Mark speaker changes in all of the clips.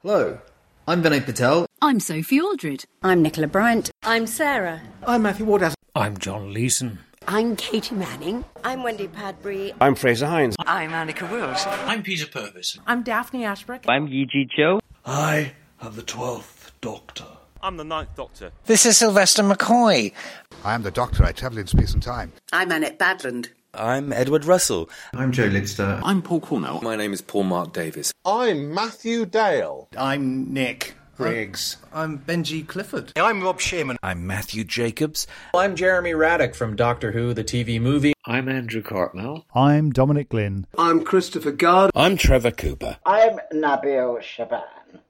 Speaker 1: Hello, I'm Vinay Patel.
Speaker 2: I'm Sophie Aldred.
Speaker 3: I'm Nicola Bryant.
Speaker 4: I'm Sarah.
Speaker 5: I'm Matthew Wardhouse.
Speaker 6: I'm John Leeson.
Speaker 7: I'm Katie Manning.
Speaker 8: I'm Wendy Padbury.
Speaker 9: I'm Fraser Hines.
Speaker 10: I'm Annika Wills.
Speaker 11: I'm Peter Purvis.
Speaker 12: I'm Daphne Ashbrook.
Speaker 13: I'm Yiji Cho.
Speaker 14: I am the Twelfth Doctor.
Speaker 15: I'm the Ninth Doctor.
Speaker 16: This is Sylvester McCoy.
Speaker 17: I am the Doctor. I travel in space and time.
Speaker 18: I'm Annette Badland.
Speaker 19: I'm Edward Russell.
Speaker 20: I'm Joe Lidster.
Speaker 1: I'm Paul Cornell.
Speaker 4: My name is Paul Mark Davis.
Speaker 8: I'm Matthew Dale.
Speaker 12: I'm Nick Briggs.
Speaker 17: I'm, Benji Clifford.
Speaker 21: I'm Rob Sherman. I'm Matthew Jacobs.
Speaker 22: I'm Jeremy Raddick from Doctor Who, the TV movie.
Speaker 23: I'm Andrew Cartmell.
Speaker 24: I'm Dominic Glynn.
Speaker 25: I'm Christopher Gard.
Speaker 26: I'm Trevor Cooper.
Speaker 27: I'm Nabil Shaban.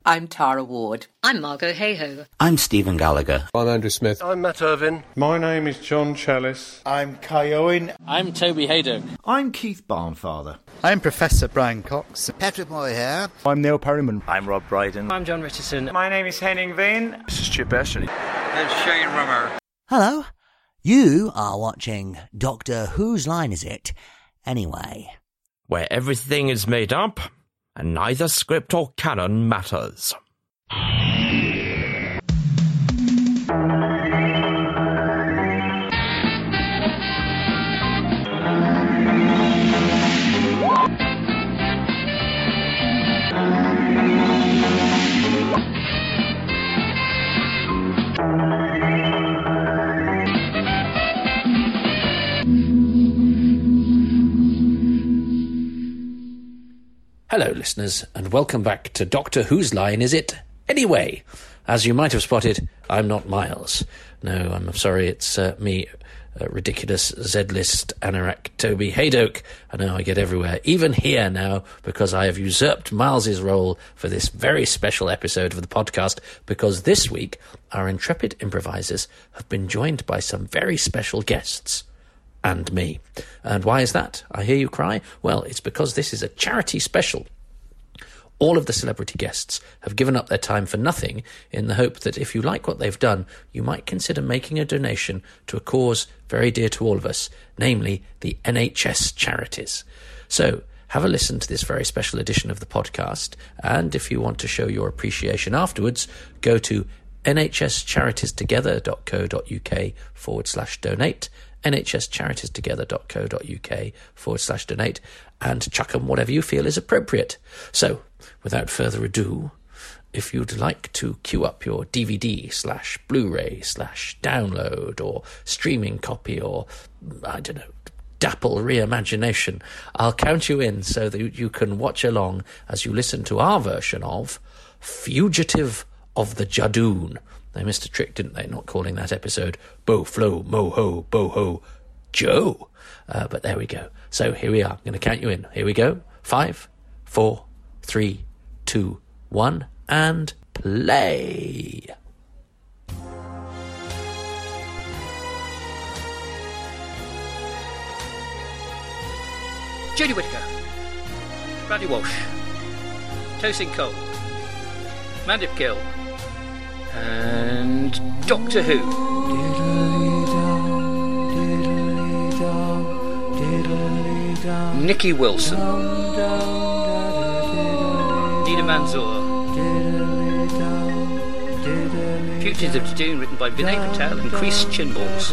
Speaker 28: I'm Tara Ward.
Speaker 29: I'm Margot Hayhoe.
Speaker 30: I'm Stephen Gallagher.
Speaker 31: I'm Andrew Smith.
Speaker 32: I'm Matt Irvin.
Speaker 33: My name is John Chalice.
Speaker 34: I'm Kai Owen.
Speaker 35: I'm Toby Haydock.
Speaker 36: I'm Keith Barnfather.
Speaker 37: I'm Professor Brian Cox.
Speaker 38: Patrick Moyher.
Speaker 39: I'm Neil Perryman.
Speaker 40: I'm Rob Brydon.
Speaker 41: I'm John Richardson.
Speaker 42: My name is Henning Veen.
Speaker 43: This is Chip Ashley.
Speaker 44: This is Shane Rummer.
Speaker 30: Hello. You are watching Doctor Whose Line Is It? Anyway.
Speaker 45: Where everything is made up and neither script or canon matters.
Speaker 6: Hello, listeners, and welcome back to Doctor Whose Line Is It Anyway? As you might have spotted, I'm not Miles. No, I'm sorry, it's uh, me, uh, ridiculous Z list anorak Toby Haydoke. I know I get everywhere, even here now, because I have usurped Miles's role for this very special episode of the podcast. Because this week, our intrepid improvisers have been joined by some very special guests and me. And why is that? I hear you cry. Well, it's because this is a charity special. All of the celebrity guests have given up their time for nothing in the hope that if you like what they've done, you might consider making a donation to a cause very dear to all of us, namely the NHS charities. So, have a listen to this very special edition of the podcast. And if you want to show your appreciation afterwards, go to nhscharitiestogether.co.uk forward slash donate nhscharitiestogether.co.uk forward slash donate and chuck 'em whatever you feel is appropriate. So, without further ado, if you'd like to queue up your DVD slash Blu ray slash download or streaming copy or, I don't know, dapple reimagination, I'll count you in so that you can watch along as you listen to our version of Fugitive of the Jadoon. They missed a trick, didn't they, not calling that episode Bo Flo Mo Ho Bo Ho Joe? Uh, but there we go. So here we are. I'm going to count you in. Here we go. Five, four, three, two, one, and play.
Speaker 46: Judy Whittaker, Bradley Walsh, Tosin Cole, Mandip Gill, and Doctor Who. Nikki Wilson. Nina Mansour. Fugitives of Today, written by Vinay Patel and Chris Chinballs.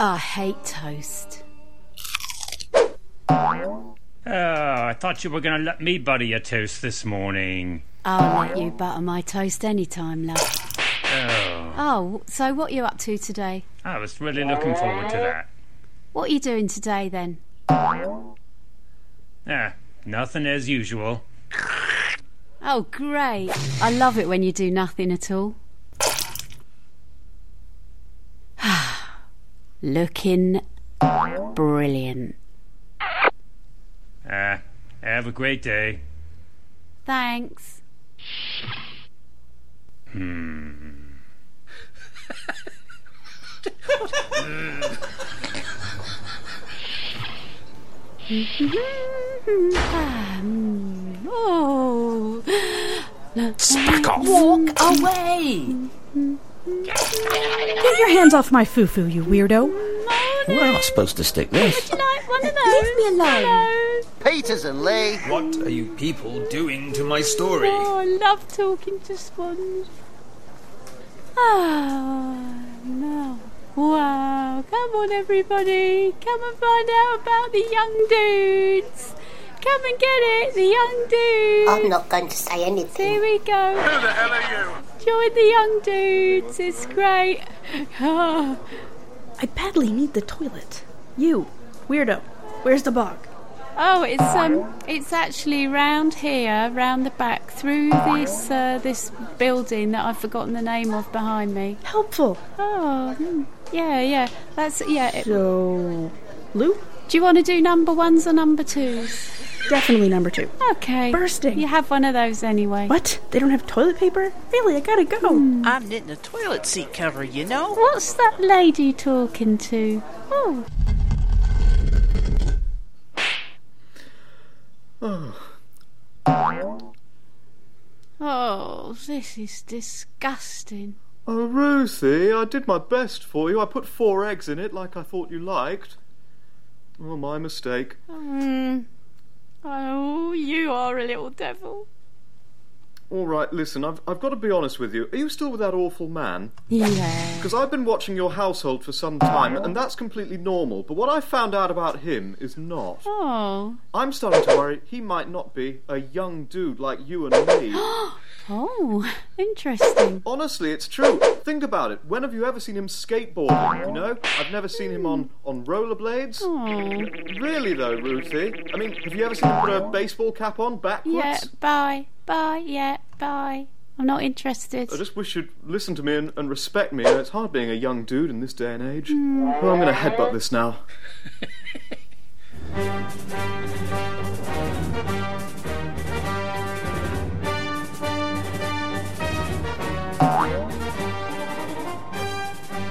Speaker 47: I hate toast.
Speaker 48: Oh, I thought you were going to let me butter your toast this morning.
Speaker 41: Oh,
Speaker 47: I'll let you butter my toast any time, love.
Speaker 48: Oh.
Speaker 47: Oh, so what are you up to today?
Speaker 48: I was really looking forward to that.
Speaker 47: What are you doing today then?
Speaker 48: Ah, nothing as usual.
Speaker 47: Oh, great. I love it when you do nothing at all. looking brilliant.
Speaker 48: Uh, have a great day.
Speaker 47: Thanks.
Speaker 48: Hmm.
Speaker 47: Um, oh.
Speaker 45: Spack off.
Speaker 47: Walk away.
Speaker 2: Get your hands off my foo-foo, you weirdo.
Speaker 48: Where am I supposed to stick this?
Speaker 47: One of those. Leave me alone.
Speaker 49: Peters and Lee.
Speaker 6: What are you people doing to my story?
Speaker 47: Oh, I love talking to Sponge. Ah, no. Wow. Come on, everybody. Come and find out about the young dudes. Come and get it, the young dudes.
Speaker 50: I'm not going to say anything.
Speaker 47: Here we go.
Speaker 51: Who the hell are you?
Speaker 47: Join the young dudes. It's great. Oh.
Speaker 2: I badly need the toilet. You, weirdo, where's the bog?
Speaker 47: Oh, it's um, it's actually round here, round the back, through this uh, this building that I've forgotten the name of behind me.
Speaker 2: Helpful.
Speaker 47: Oh, mm, yeah, yeah. That's yeah. It,
Speaker 2: So, Lou,
Speaker 47: do you want to do number ones or number twos?
Speaker 2: definitely number two.
Speaker 47: Okay.
Speaker 2: Bursting.
Speaker 47: You have one of those anyway.
Speaker 2: What? They don't have toilet paper? Really? I gotta go.
Speaker 10: Hmm. I'm knitting a toilet seat cover, you know.
Speaker 47: What's that lady talking to? Oh.
Speaker 2: Oh.
Speaker 47: Oh, this is disgusting.
Speaker 24: Oh, Ruthie, I did my best for you. I put four eggs in it like I thought you liked. Oh, my mistake.
Speaker 47: Mm. Oh, you are a little devil.
Speaker 24: All right, listen, I've, I've got to be honest with you. Are you still with that awful man?
Speaker 47: Yeah.
Speaker 24: Because I've been watching your household for some time, and that's completely normal. But what I found out about him is not.
Speaker 47: Oh.
Speaker 24: I'm starting to worry he might not be a young dude like you and me.
Speaker 47: Oh, interesting.
Speaker 24: Honestly, it's true. Think about it. When have you ever seen him skateboarding? You know, I've never seen him on
Speaker 47: Hmm.
Speaker 24: on rollerblades.
Speaker 47: Oh.
Speaker 24: Really though, Ruthie. I mean, have you ever seen him put a baseball cap on backwards?
Speaker 47: Yeah, bye. Bye, yeah, bye. I'm not interested.
Speaker 24: I Oh, just wish you'd listen to me and, and respect me. You know, it's hard being a young dude in this day and age.
Speaker 47: Hmm.
Speaker 24: Well, I'm going to headbutt this now.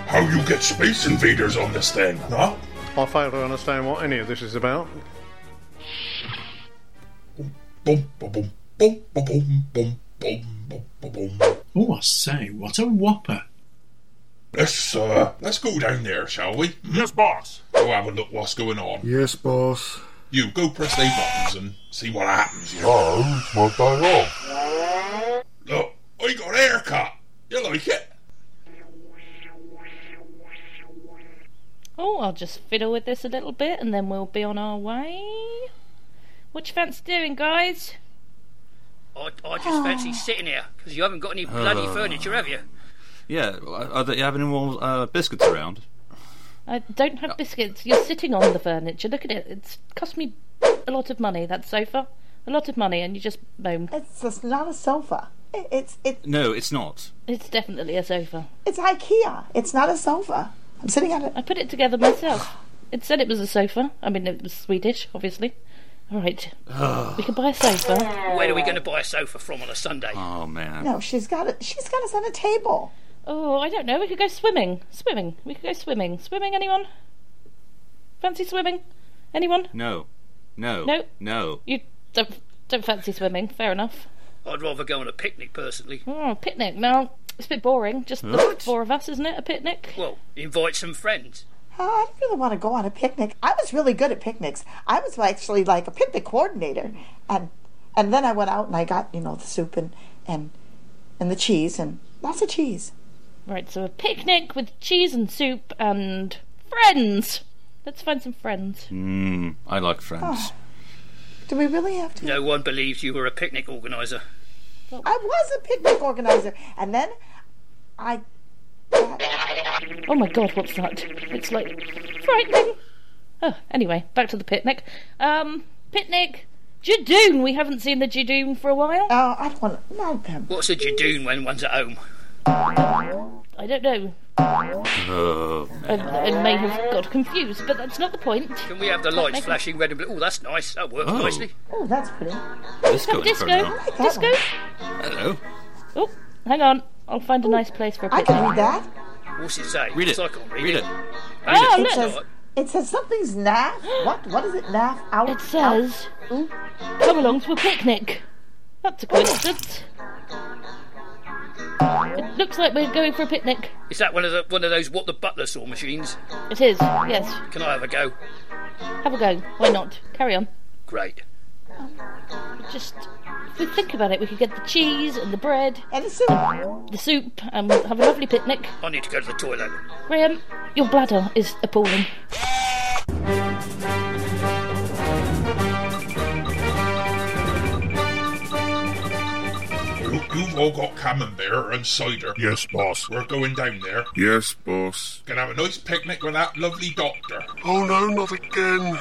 Speaker 52: How you get space invaders on this thing, huh?
Speaker 24: I fail to understand what any of this is about.
Speaker 52: Boom, boom, boom, boom, boom, boom, boom, boom, boom, boom, boom.
Speaker 14: Oh, I say, what a whopper.
Speaker 52: Let's, uh, let's go down there, shall we? Hmm?
Speaker 51: Yes, boss.
Speaker 52: Go have a look what's going on.
Speaker 14: Yes, boss.
Speaker 52: You go press they buttons and see what happens. You know? what I Look, I got a haircut. You like it?
Speaker 53: Oh, I'll just fiddle with this a little bit and then we'll be on our way. What do you fancy doing, guys?
Speaker 46: I, I just fancy sitting here because you haven't got any bloody
Speaker 54: Oh.
Speaker 46: furniture, have you?
Speaker 54: Yeah, well, are, are there- you have any more uh, biscuits around?
Speaker 53: I don't have biscuits. You're sitting on the furniture. Look at it. It's cost me a lot of money, that sofa. A lot of money, and you just moaned.
Speaker 18: It's just not a sofa. It, it's it,
Speaker 54: No, it's not.
Speaker 53: It's definitely a sofa.
Speaker 18: it's IKEA. It's not a sofa. I'm sitting on it.
Speaker 53: I put it together myself. It said it was a sofa. I mean, it was Swedish, obviously. All right. we can buy a sofa.
Speaker 46: Where are we going to buy a sofa from on a Sunday?
Speaker 54: Oh man.
Speaker 18: No, she's got it. She's got us on a table.
Speaker 53: Oh, I don't know. We could go swimming. Swimming. We could go swimming. Swimming, anyone? Fancy swimming? Anyone?
Speaker 54: No, no,
Speaker 53: No.
Speaker 54: no.
Speaker 53: You don't, don't fancy swimming. Fair enough.
Speaker 46: I'd rather go on a picnic personally.
Speaker 53: Oh, picnic. Now, it's a bit boring. Just the
Speaker 54: What?
Speaker 53: four of us, isn't it? A picnic?
Speaker 46: Well, invite some friends.
Speaker 18: Oh, I don't really want to go on a picnic. I was really good at picnics. I was actually like a picnic coordinator, and and then I went out and I got you know the soup and and and the cheese and lots of cheese.
Speaker 53: Right, so a picnic with cheese and soup and friends. Let's find some friends.
Speaker 54: Mm, I like
Speaker 53: Oh,
Speaker 54: friends.
Speaker 18: Do we really have to?
Speaker 46: No one believes you were a picnic organiser.
Speaker 18: I was a picnic organizer, and then I
Speaker 53: Oh my god, what's that? It's like frightening. Oh, anyway, back to the picnic. Um, picnic. Jadoon. We haven't seen the Jadoon for a while.
Speaker 18: Oh, I don't want to know them.
Speaker 46: What's a Jadoon when one's at home?
Speaker 53: I don't know.
Speaker 54: Oh
Speaker 53: I, I may have got confused, but that's not the point.
Speaker 46: Can we have the lights flashing red and blue? Oh, that's nice. That worked
Speaker 54: Oh.
Speaker 46: nicely.
Speaker 18: oh, that's pretty.
Speaker 54: disco
Speaker 53: Disco.
Speaker 54: inferno.
Speaker 53: Disco.
Speaker 54: Hello.
Speaker 53: Oh, hang on. I'll find a nice place for a picnic.
Speaker 18: that.
Speaker 46: What's it say?
Speaker 54: Read it.
Speaker 46: So I can't read,
Speaker 54: Read it.
Speaker 46: Oh,
Speaker 18: it
Speaker 46: no.
Speaker 18: says It says something's naff. What? What is it naff? Out. Hmm? It
Speaker 53: says, Come along to a picnic. That's a coincidence. It looks like we're going for a picnic.
Speaker 46: Is that one of the, one of those what the butler saw machines?
Speaker 53: It is, yes.
Speaker 46: Can I have a go?
Speaker 53: Have a go. Why not? Carry on.
Speaker 46: Great.
Speaker 53: Just if we think about it, we could get the cheese and the bread
Speaker 18: and the soup.
Speaker 53: The soup, and we'll have a lovely picnic.
Speaker 46: I need to go to the toilet.
Speaker 53: Graham, your bladder is appalling.
Speaker 52: You, you've all got camembert and cider.
Speaker 1: Yes, boss.
Speaker 52: We're going down there.
Speaker 1: Yes, boss.
Speaker 52: Gonna have a nice picnic with that lovely doctor.
Speaker 1: Oh no, not again.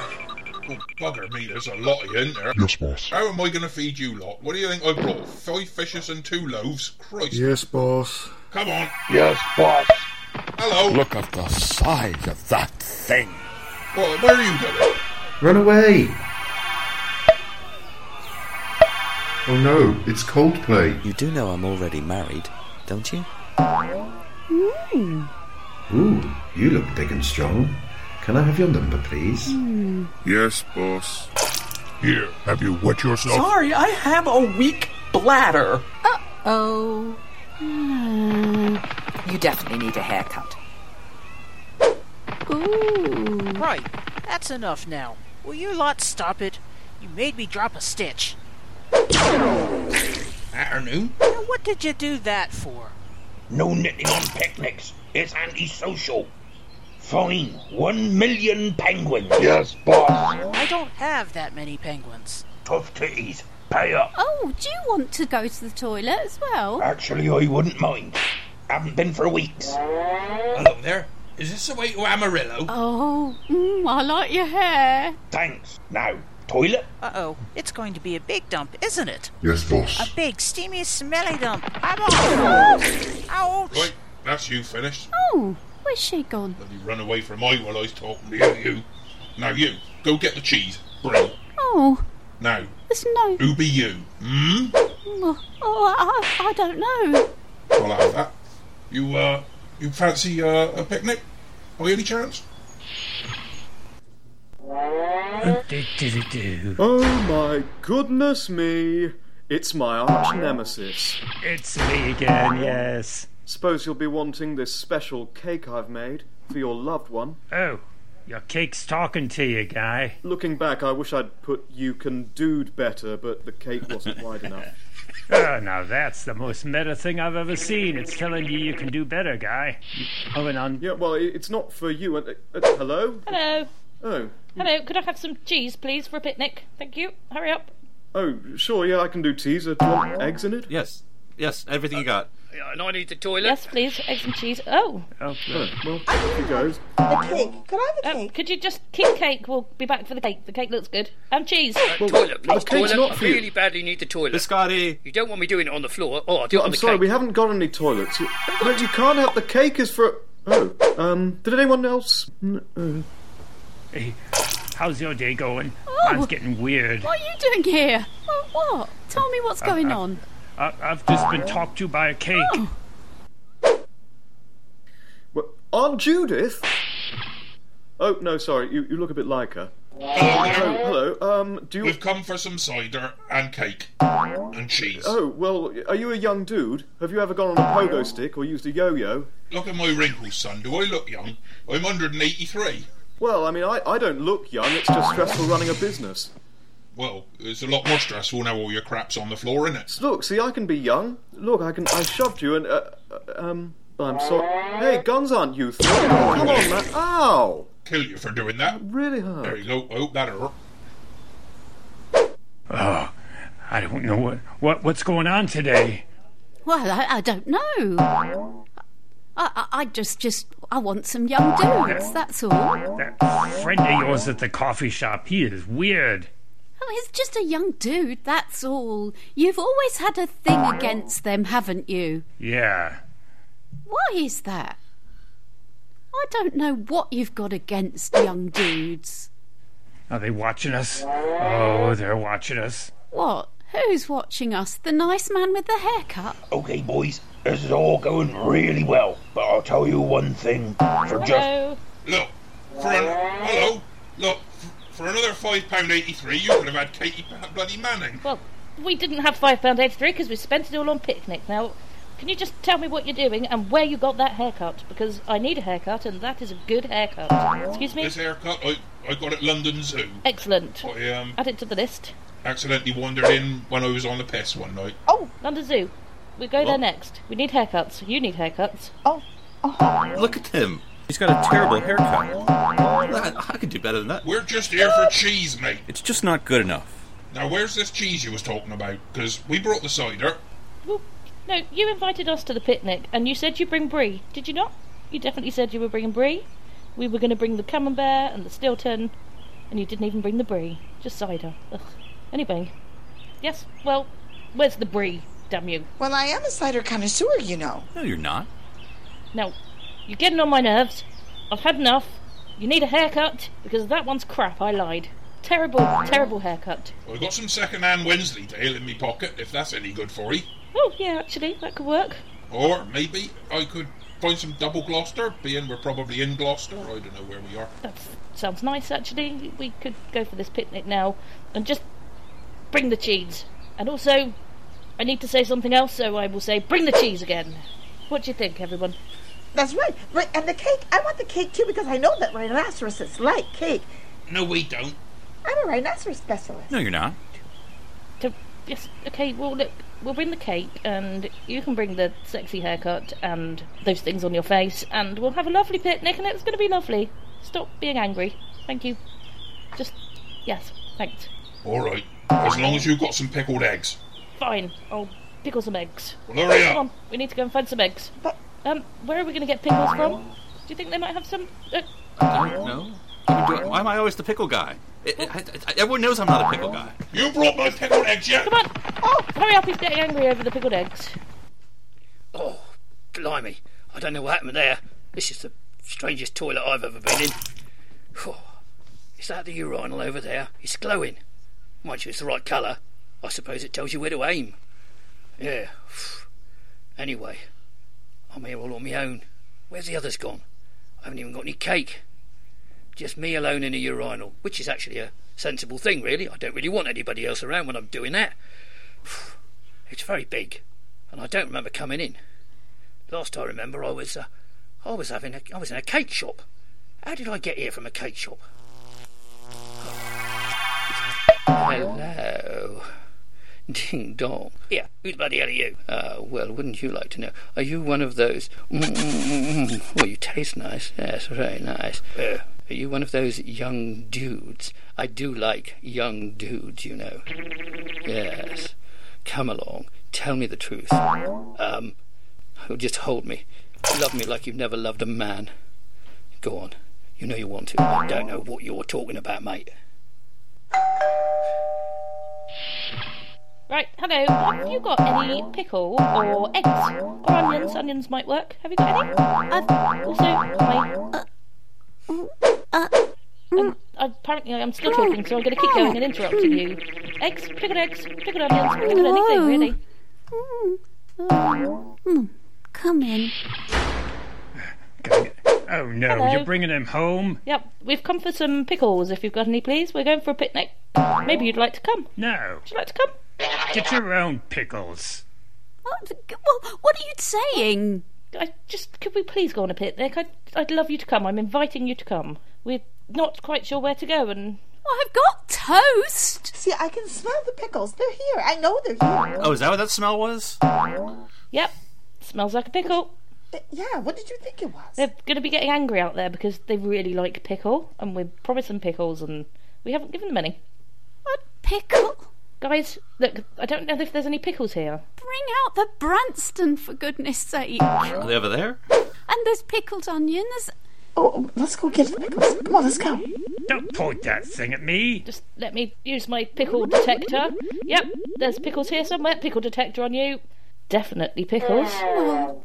Speaker 52: Oh, bugger me, there's a lot of you in there.
Speaker 1: Yes, boss.
Speaker 52: How am I going to feed you lot? What do you think I brought? Five fishes and two loaves? Christ.
Speaker 1: Yes, boss.
Speaker 52: Come on.
Speaker 1: Yes, boss.
Speaker 52: Hello.
Speaker 1: Look at the size of that thing.
Speaker 52: What, where are you going?
Speaker 49: Run away! Oh no, it's Coldplay.
Speaker 55: You do know I'm already married, don't you?
Speaker 53: Hmm.
Speaker 49: Mm. Ooh, you look big and strong. Can I have your number, please? Mm.
Speaker 1: Yes, boss. Here, have you wet yourself?
Speaker 50: Sorry, I have a weak bladder.
Speaker 8: Uh oh. Mm. You definitely need a haircut.
Speaker 10: Ooh. Right, that's enough now. Will you lot stop it? You made me drop a stitch.
Speaker 52: Afternoon.
Speaker 10: Now, what did you do that for?
Speaker 30: No knitting on picnics. It's antisocial. Fine, one million penguins.
Speaker 1: Yes, boss.
Speaker 10: I don't have that many penguins.
Speaker 30: Tough titties. Pay up.
Speaker 47: Oh, do you want to go to the toilet as well?
Speaker 30: Actually, I wouldn't mind. Haven't been for weeks.
Speaker 52: Hello there. Is this the way to Amarillo?
Speaker 47: Oh, mm, I like your hair.
Speaker 30: Thanks. Now, toilet?
Speaker 10: Uh oh, it's going to be a big dump, isn't it?
Speaker 1: Yes, boss.
Speaker 10: A big, steamy, smelly dump. I'm off. Ouch.
Speaker 52: Wait, that's you finished.
Speaker 47: Oh, where's she gone?
Speaker 52: Let me run away from I while I was talking to you. you. Now you, go get the cheese. Bring.
Speaker 47: Oh.
Speaker 52: Now.
Speaker 47: There's no.
Speaker 52: Who be you? Hmm?
Speaker 47: Oh, oh I, I don't know.
Speaker 52: Well, I'll have that. You, uh, you fancy uh, a picnic? By any chance?
Speaker 24: Oh my goodness me! It's my arch nemesis.
Speaker 48: It's me
Speaker 42: Ah,
Speaker 48: again, yes.
Speaker 24: Suppose you'll be wanting this special cake I've made for your loved one.
Speaker 48: Oh, your cake's talking to you, guy.
Speaker 24: Looking back, I wish I'd put you can dude better, but the cake wasn't wide enough.
Speaker 48: Oh, now that's the most meta thing I've ever seen. It's telling you you can do better, guy. Moving on.
Speaker 24: Yeah, well, it- it's not for you. And uh, uh, hello.
Speaker 53: Hello.
Speaker 24: Oh,
Speaker 53: Hello, could I have some cheese, please, for a picnic? Thank you. Hurry up.
Speaker 24: oh, sure. Yeah, I can do teaser. Do you want eggs in it?
Speaker 54: Yes, yes, everything you got.
Speaker 46: Yeah, And I need the toilet.
Speaker 53: Yes, please. Eggs and cheese. Oh,
Speaker 24: Oh, well, here goes.
Speaker 18: The cake. Could I have a
Speaker 53: um,
Speaker 18: cake?
Speaker 53: could you just keep cake? We'll be back for the cake. The cake looks good. And cheese.
Speaker 46: Uh, toilet, please.
Speaker 24: the cake's
Speaker 46: Toilet.
Speaker 24: not
Speaker 16: I
Speaker 24: for you.
Speaker 16: really badly need the toilet.
Speaker 54: Biscotti.
Speaker 46: You don't want me doing it on the floor. Oh, I'll do it on
Speaker 24: I'm
Speaker 16: the
Speaker 24: sorry,
Speaker 16: cake.
Speaker 24: we haven't got any toilets. You- No, you can't have the cake is for. Oh, um, did anyone else? N- uh,
Speaker 48: Hey, how's your day going?
Speaker 47: Oh.
Speaker 48: Mine's getting weird.
Speaker 47: What are you doing here? What? what? Tell me what's going on.
Speaker 48: I- I've just been talked to by a cake.
Speaker 47: Oh,
Speaker 24: well, Aunt Judith. Oh no, sorry, you, you look a bit like her.
Speaker 52: Hello.
Speaker 24: Hello, um, do you?
Speaker 52: We've come for some cider and cake and cheese.
Speaker 24: Oh well, are you a young dude? Have you ever gone on a pogo stick or used a yo-yo?
Speaker 52: Look at my wrinkles, son. Do I look young? I'm 183.
Speaker 24: Well, I mean, I, I don't look young. It's just stressful running a business.
Speaker 52: Well, it's a lot more stressful now all your crap's on the floor, isn't it?
Speaker 24: Look, see, I can be young. Look, I can. I shoved you and uh, uh, um. I'm sorry. Hey, guns aren't youthful. Come on, man. Ow!
Speaker 52: Kill you for doing that.
Speaker 24: Really
Speaker 52: There you go.
Speaker 24: hard.
Speaker 52: Oh, that'll hurt.
Speaker 48: Oh, I don't know what, what what's going on today.
Speaker 47: well, I, I don't know. I, I, I just, just, I want some young dudes. That's all. Oh,
Speaker 48: That friend of yours at the coffee shop, he is weird.
Speaker 47: he's just a young dude. That's all. You've always had a thing against them, haven't you?
Speaker 48: Yeah.
Speaker 47: Why is that? I don't know what you've got against young dudes.
Speaker 48: Are they watching us? Oh, they're watching us.
Speaker 47: What? Who's watching us? The nice man with the haircut?
Speaker 30: Okay, boys, this is all going really well, but I'll tell you one thing. For just
Speaker 53: Hello.
Speaker 52: Look, For an, hello, look, f- for another five pound eighty-three, you could have had Katie Ba- bloody Manning.
Speaker 53: Well, we didn't have £5.83 because we spent it all on picnic. Now, can you just tell me what you're doing and where you got that haircut? Because I need a haircut and that is a good haircut. Excuse me? Uh,
Speaker 52: This haircut, I, I got at London Zoo.
Speaker 53: Excellent.
Speaker 52: I um,
Speaker 53: Add it to the list.
Speaker 52: accidentally wandered in when I was on the piss one night.
Speaker 53: Oh! London Zoo. We go there next. We need haircuts. You need haircuts.
Speaker 18: Oh.
Speaker 54: Look at him. He's got a terrible haircut. I, I could do better than that.
Speaker 52: We're just here for cheese, mate.
Speaker 54: It's just not good enough.
Speaker 52: Now, where's this cheese you was talking about? Because we brought the cider.
Speaker 53: No, you invited us to the picnic and you said you bring brie. Did you not? You definitely said you were bringing brie. We were going to bring the camembert and the Stilton, and you didn't even bring the brie. Just cider. Ugh. Anyway. Yes, well, where's the brie? Damn you.
Speaker 18: Well, I am a cider connoisseur, you know.
Speaker 54: No, you're not.
Speaker 53: Now, you're getting on my nerves. I've had enough. You need a haircut because that one's crap. I lied. Terrible, terrible haircut.
Speaker 52: I got some second-hand Wensleydale in me pocket, if that's any good for you.
Speaker 53: Oh, yeah, actually, that could work.
Speaker 52: Or maybe I could find some double Gloucester, being we're probably in Gloucester. I don't know where we are.
Speaker 53: Sounds nice, actually. We could go for this picnic now and just bring the cheese. And also, I need to say something else, so I will say, bring the cheese again. What do you think, everyone?
Speaker 18: That's right. Right, and the cake. I want the cake too because I know that rhinoceroses like cake.
Speaker 52: No, we don't.
Speaker 18: I'm a rhinoceros specialist.
Speaker 54: No, you're not.
Speaker 53: To, yes, okay, well, look, we'll bring the cake and you can bring the sexy haircut and those things on your face, and we'll have a lovely picnic, and it's going to be lovely. Stop being angry. Thank you. Just, yes, thanks.
Speaker 52: All right, as long as you've got some pickled eggs.
Speaker 53: Fine, I'll pickle some eggs.
Speaker 52: Well, hurry
Speaker 53: Come
Speaker 52: up.
Speaker 53: on, we need to go and find some eggs. But, um, where are we going to get pickles from? Do you think they might have some? Uh,
Speaker 54: I don't know. I mean, do I- Why am I always the pickle guy? It- it- I- I- everyone knows I'm not a pickle guy.
Speaker 52: You brought my pickled eggs yet?
Speaker 53: Come on! Oh, hurry up! He's getting angry over the pickled eggs.
Speaker 46: Oh, blimey. I don't know what happened there. This is the strangest toilet I've ever been in. Phew. Is that the urinal over there? It's glowing. Mind you, it's the right colour. I suppose it tells you where to aim. Yeah. phew. Anyway, I'm here all on my own. Where's the others gone? I haven't even got any cake. Just me alone in a urinal, which is actually a sensible thing, really. I don't really want anybody else around when I'm doing that. Phew. It's very big, and I don't remember coming in. Last I remember, I was, uh, I was having, a, I was in a cake shop. How did I get here from a cake shop? Hello, ding dong. Yeah, who the bloody hell are you? Uh, well, wouldn't you like to know? Are you one of those? mm, Mm-mm-mm. Well, Oh, you taste nice. Yes, very nice. Uh, are you one of those young dudes? I do like young dudes, you know. Yes. Come along. Tell me the truth. Um, Oh, just hold me. Love me like you've never loved a man. Go on. You know you want to. I don't know what you're talking about, mate.
Speaker 53: Right, hello. Have you got any pickle or eggs or onions? Onions might work. Have you got any? I've also my. And apparently, I'm still talking, so I'm going to keep going and interrupting you. Eggs, pickled eggs, pickled onions, pickled anything
Speaker 47: Whoa.
Speaker 53: really.
Speaker 47: Mm, Come in.
Speaker 18: Oh
Speaker 48: no,
Speaker 53: Hello.
Speaker 48: you're bringing him home?
Speaker 53: Yep, we've come for some pickles. If you've got any, please. We're going for a picnic. Maybe you'd like to come.
Speaker 48: No.
Speaker 53: Would you like to come?
Speaker 48: Get your own pickles.
Speaker 47: What, Oh, what, what are you saying?
Speaker 53: I just could we please go on a picnic? I'd I'd love you to come. I'm inviting you to come. We're not quite sure where to go, and
Speaker 47: Well, I've got toast.
Speaker 18: See, I can smell the pickles. They're here. I know they're here.
Speaker 54: Oh, is that what that smell was?
Speaker 53: yep, smells like a pickle.
Speaker 18: Yeah, what did you think it was?
Speaker 53: They're going to be getting angry out there because they really like pickle, and we're promising pickles, and we haven't given them any.
Speaker 47: What pickle?
Speaker 53: Guys, look, I don't know if there's any pickles here.
Speaker 47: Bring out the Branston, for goodness sake.
Speaker 54: Are they over there?
Speaker 47: And there's pickled onion. There's...
Speaker 18: Oh, let's go get the pickles. Come on, let's go.
Speaker 48: Don't point that thing at me.
Speaker 53: Just let me use my pickle detector. Yep, there's pickles here somewhere. Pickle detector on you. Definitely pickles.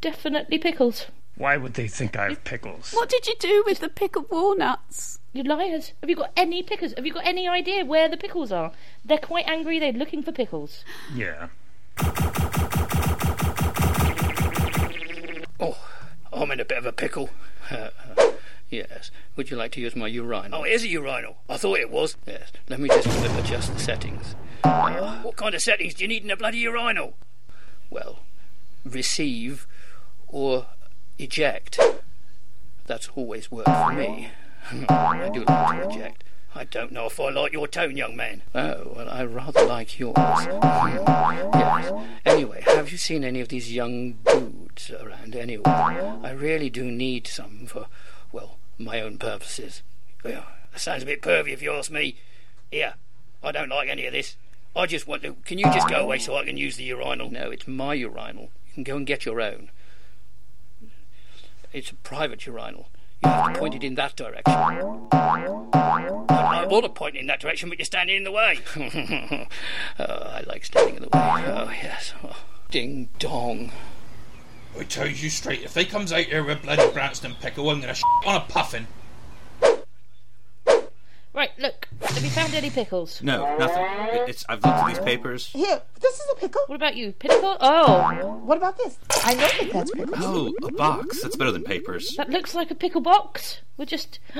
Speaker 53: Definitely pickles.
Speaker 48: Why would they think I have pickles?
Speaker 47: What did you do with the pickled walnuts?
Speaker 53: You liars! Have you got any pickles? Have you got any idea where the pickles are? They're quite angry. They're looking for pickles.
Speaker 48: Yeah.
Speaker 46: Oh, I'm in a bit of a pickle. Uh, uh, Yes. Would you like to use my urinal? Oh, it is a urinal. I thought it was. Yes. Let me just adjust the settings. Uh, what kind of settings do you need in a bloody urinal? Well, receive or eject. That's always worked for me. I do like to eject. I don't know if I like your tone, young man. Oh, well, I rather like yours. Yes. Anyway, have you seen any of these young dudes around anywhere? I really do need some for, well, my own purposes. Yeah, that sounds a bit pervy if you ask me. Here, I don't like any of this. I just want to. Can you just go away so I can use the urinal? No, it's my urinal. You can go and get your own. It's a private urinal. You have to point it in that direction. I want to point in that direction, but you're standing in the way. oh, I like standing in the way. Oh, yes. Oh, ding dong.
Speaker 52: I tell you straight, if they comes out here with bloody Branston pickle, I'm gonna shit on a puffin.
Speaker 53: Right, look. Have you found any pickles?
Speaker 54: No, nothing. It- It's, I've looked at these papers.
Speaker 18: Here, this is a pickle.
Speaker 53: What about you? Pickle? Oh.
Speaker 18: What about this? I know that that's pickles.
Speaker 54: Oh, a box. That's better than papers.
Speaker 53: That looks like a pickle box. We're just.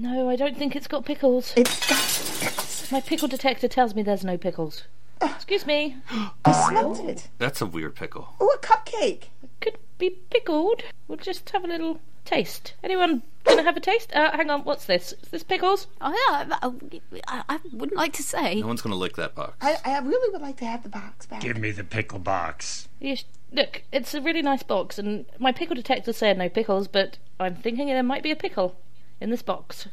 Speaker 53: No, I don't think it's got pickles.
Speaker 18: It's
Speaker 53: My pickle detector tells me there's no pickles. Excuse me.
Speaker 18: I
Speaker 47: Oh,
Speaker 18: smelled it.
Speaker 54: That's a weird pickle.
Speaker 18: Ooh, a cupcake.
Speaker 53: Could be pickled. We'll just have a little taste. Anyone gonna have a taste? Uh, hang on, what's this? Is this pickles?
Speaker 47: Oh, yeah, I, I wouldn't like to say.
Speaker 54: No one's gonna lick that box.
Speaker 18: I, I really would like to have the box back.
Speaker 48: Give me the pickle box.
Speaker 53: Yes, look, it's a really nice box, and my pickle detector said no pickles, but I'm thinking there might be a pickle in this box.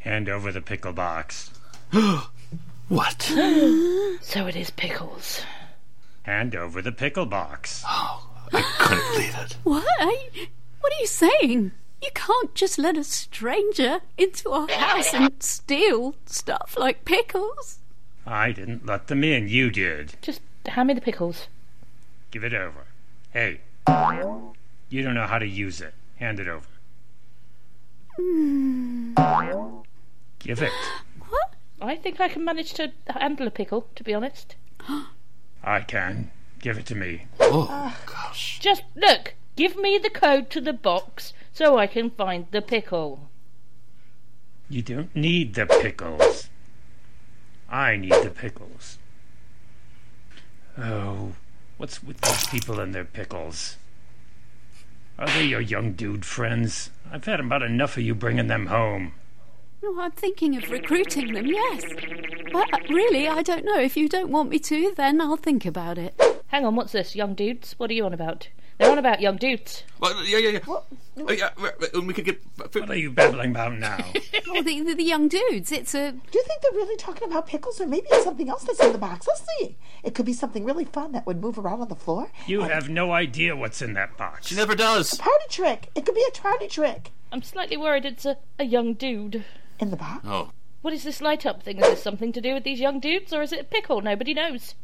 Speaker 48: Hand over the pickle box.
Speaker 54: what?
Speaker 53: so it is pickles.
Speaker 48: Hand over the pickle box.
Speaker 54: Oh, Couldn't believe it.
Speaker 47: What? I, what are you saying? You can't just let a stranger into our house and steal stuff like pickles.
Speaker 48: I didn't let them in, you did.
Speaker 53: Just hand me the pickles.
Speaker 48: Give it over. Hey, you don't know how to use it. Hand it over. Give it.
Speaker 53: What? I think I can manage to handle a pickle, to be honest.
Speaker 48: I can. Give it to me.
Speaker 53: Ah. Just look, give me the code to the box so I can find the pickle.
Speaker 48: You don't need the pickles. I need the pickles. Oh, what's with these people and their pickles? Are they your young dude friends? I've had about enough of you bringing them home.
Speaker 47: No, I'm thinking of recruiting them, yes. But uh, really, I don't know. If you don't want me to, then I'll think about it.
Speaker 53: Hang on, what's this? Young dudes? What are you on about? They're on about young dudes.
Speaker 54: Well, yeah, yeah, yeah. Oh, yeah, right, right, and we could get. What
Speaker 48: are you babbling about now?
Speaker 47: Oh, the, the, the young dudes. It's a.
Speaker 18: Do you think they're really talking about pickles, or maybe it's something else that's in the box? Let's see. It could be something really fun that would move around on the floor.
Speaker 48: You have no idea what's in that box.
Speaker 54: Oh. She never does.
Speaker 18: Party trick. It could be a party trick.
Speaker 53: I'm slightly worried it's a, a young dude.
Speaker 18: In the box?
Speaker 54: Oh.
Speaker 53: What is this light up thing? Is this something to do with these young dudes, or is it a pickle? Nobody knows.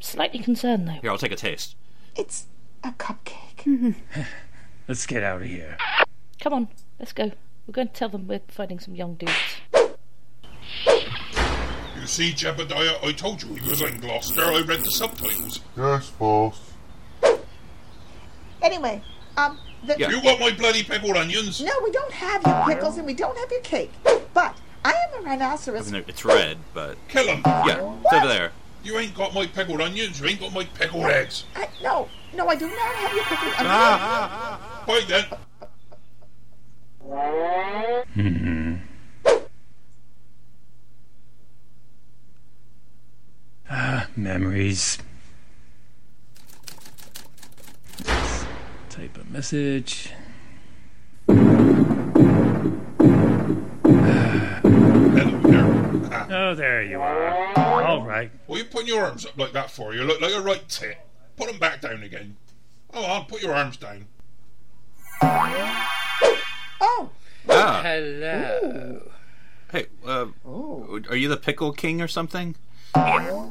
Speaker 53: Slightly concerned, though.
Speaker 54: Here, I'll take a taste.
Speaker 18: It's a cupcake.
Speaker 48: Let's get out of here.
Speaker 53: Come on, let's go. We're going to tell them we're finding some young dudes.
Speaker 52: You see, Jebediah, I told you he was in Gloucester. I read the subtitles.
Speaker 1: Yes, boss.
Speaker 18: Anyway, um, the,
Speaker 52: You want my bloody pickled onions?
Speaker 18: no, we don't have your pickles and we don't have your cake. But I am a rhinoceros.
Speaker 54: Isn't it- It's red, but.
Speaker 52: Kill him.
Speaker 54: Yeah, it's over there.
Speaker 52: You ain't got my pickled onions. You ain't got my pickled eggs.
Speaker 18: I, no, no, I do not have your pickles. I'm
Speaker 52: Wait then.
Speaker 48: Hmm. Ah, memories. Let's type a message. Oh, there you are. All right.
Speaker 52: What are Ah. you putting your arms up like that for? You look like a right tit. Put them back down again. Oh, I'll put your arms down.
Speaker 10: Oh.
Speaker 46: Hello.
Speaker 54: Ah. Hey, uh, are you the pickle king or something?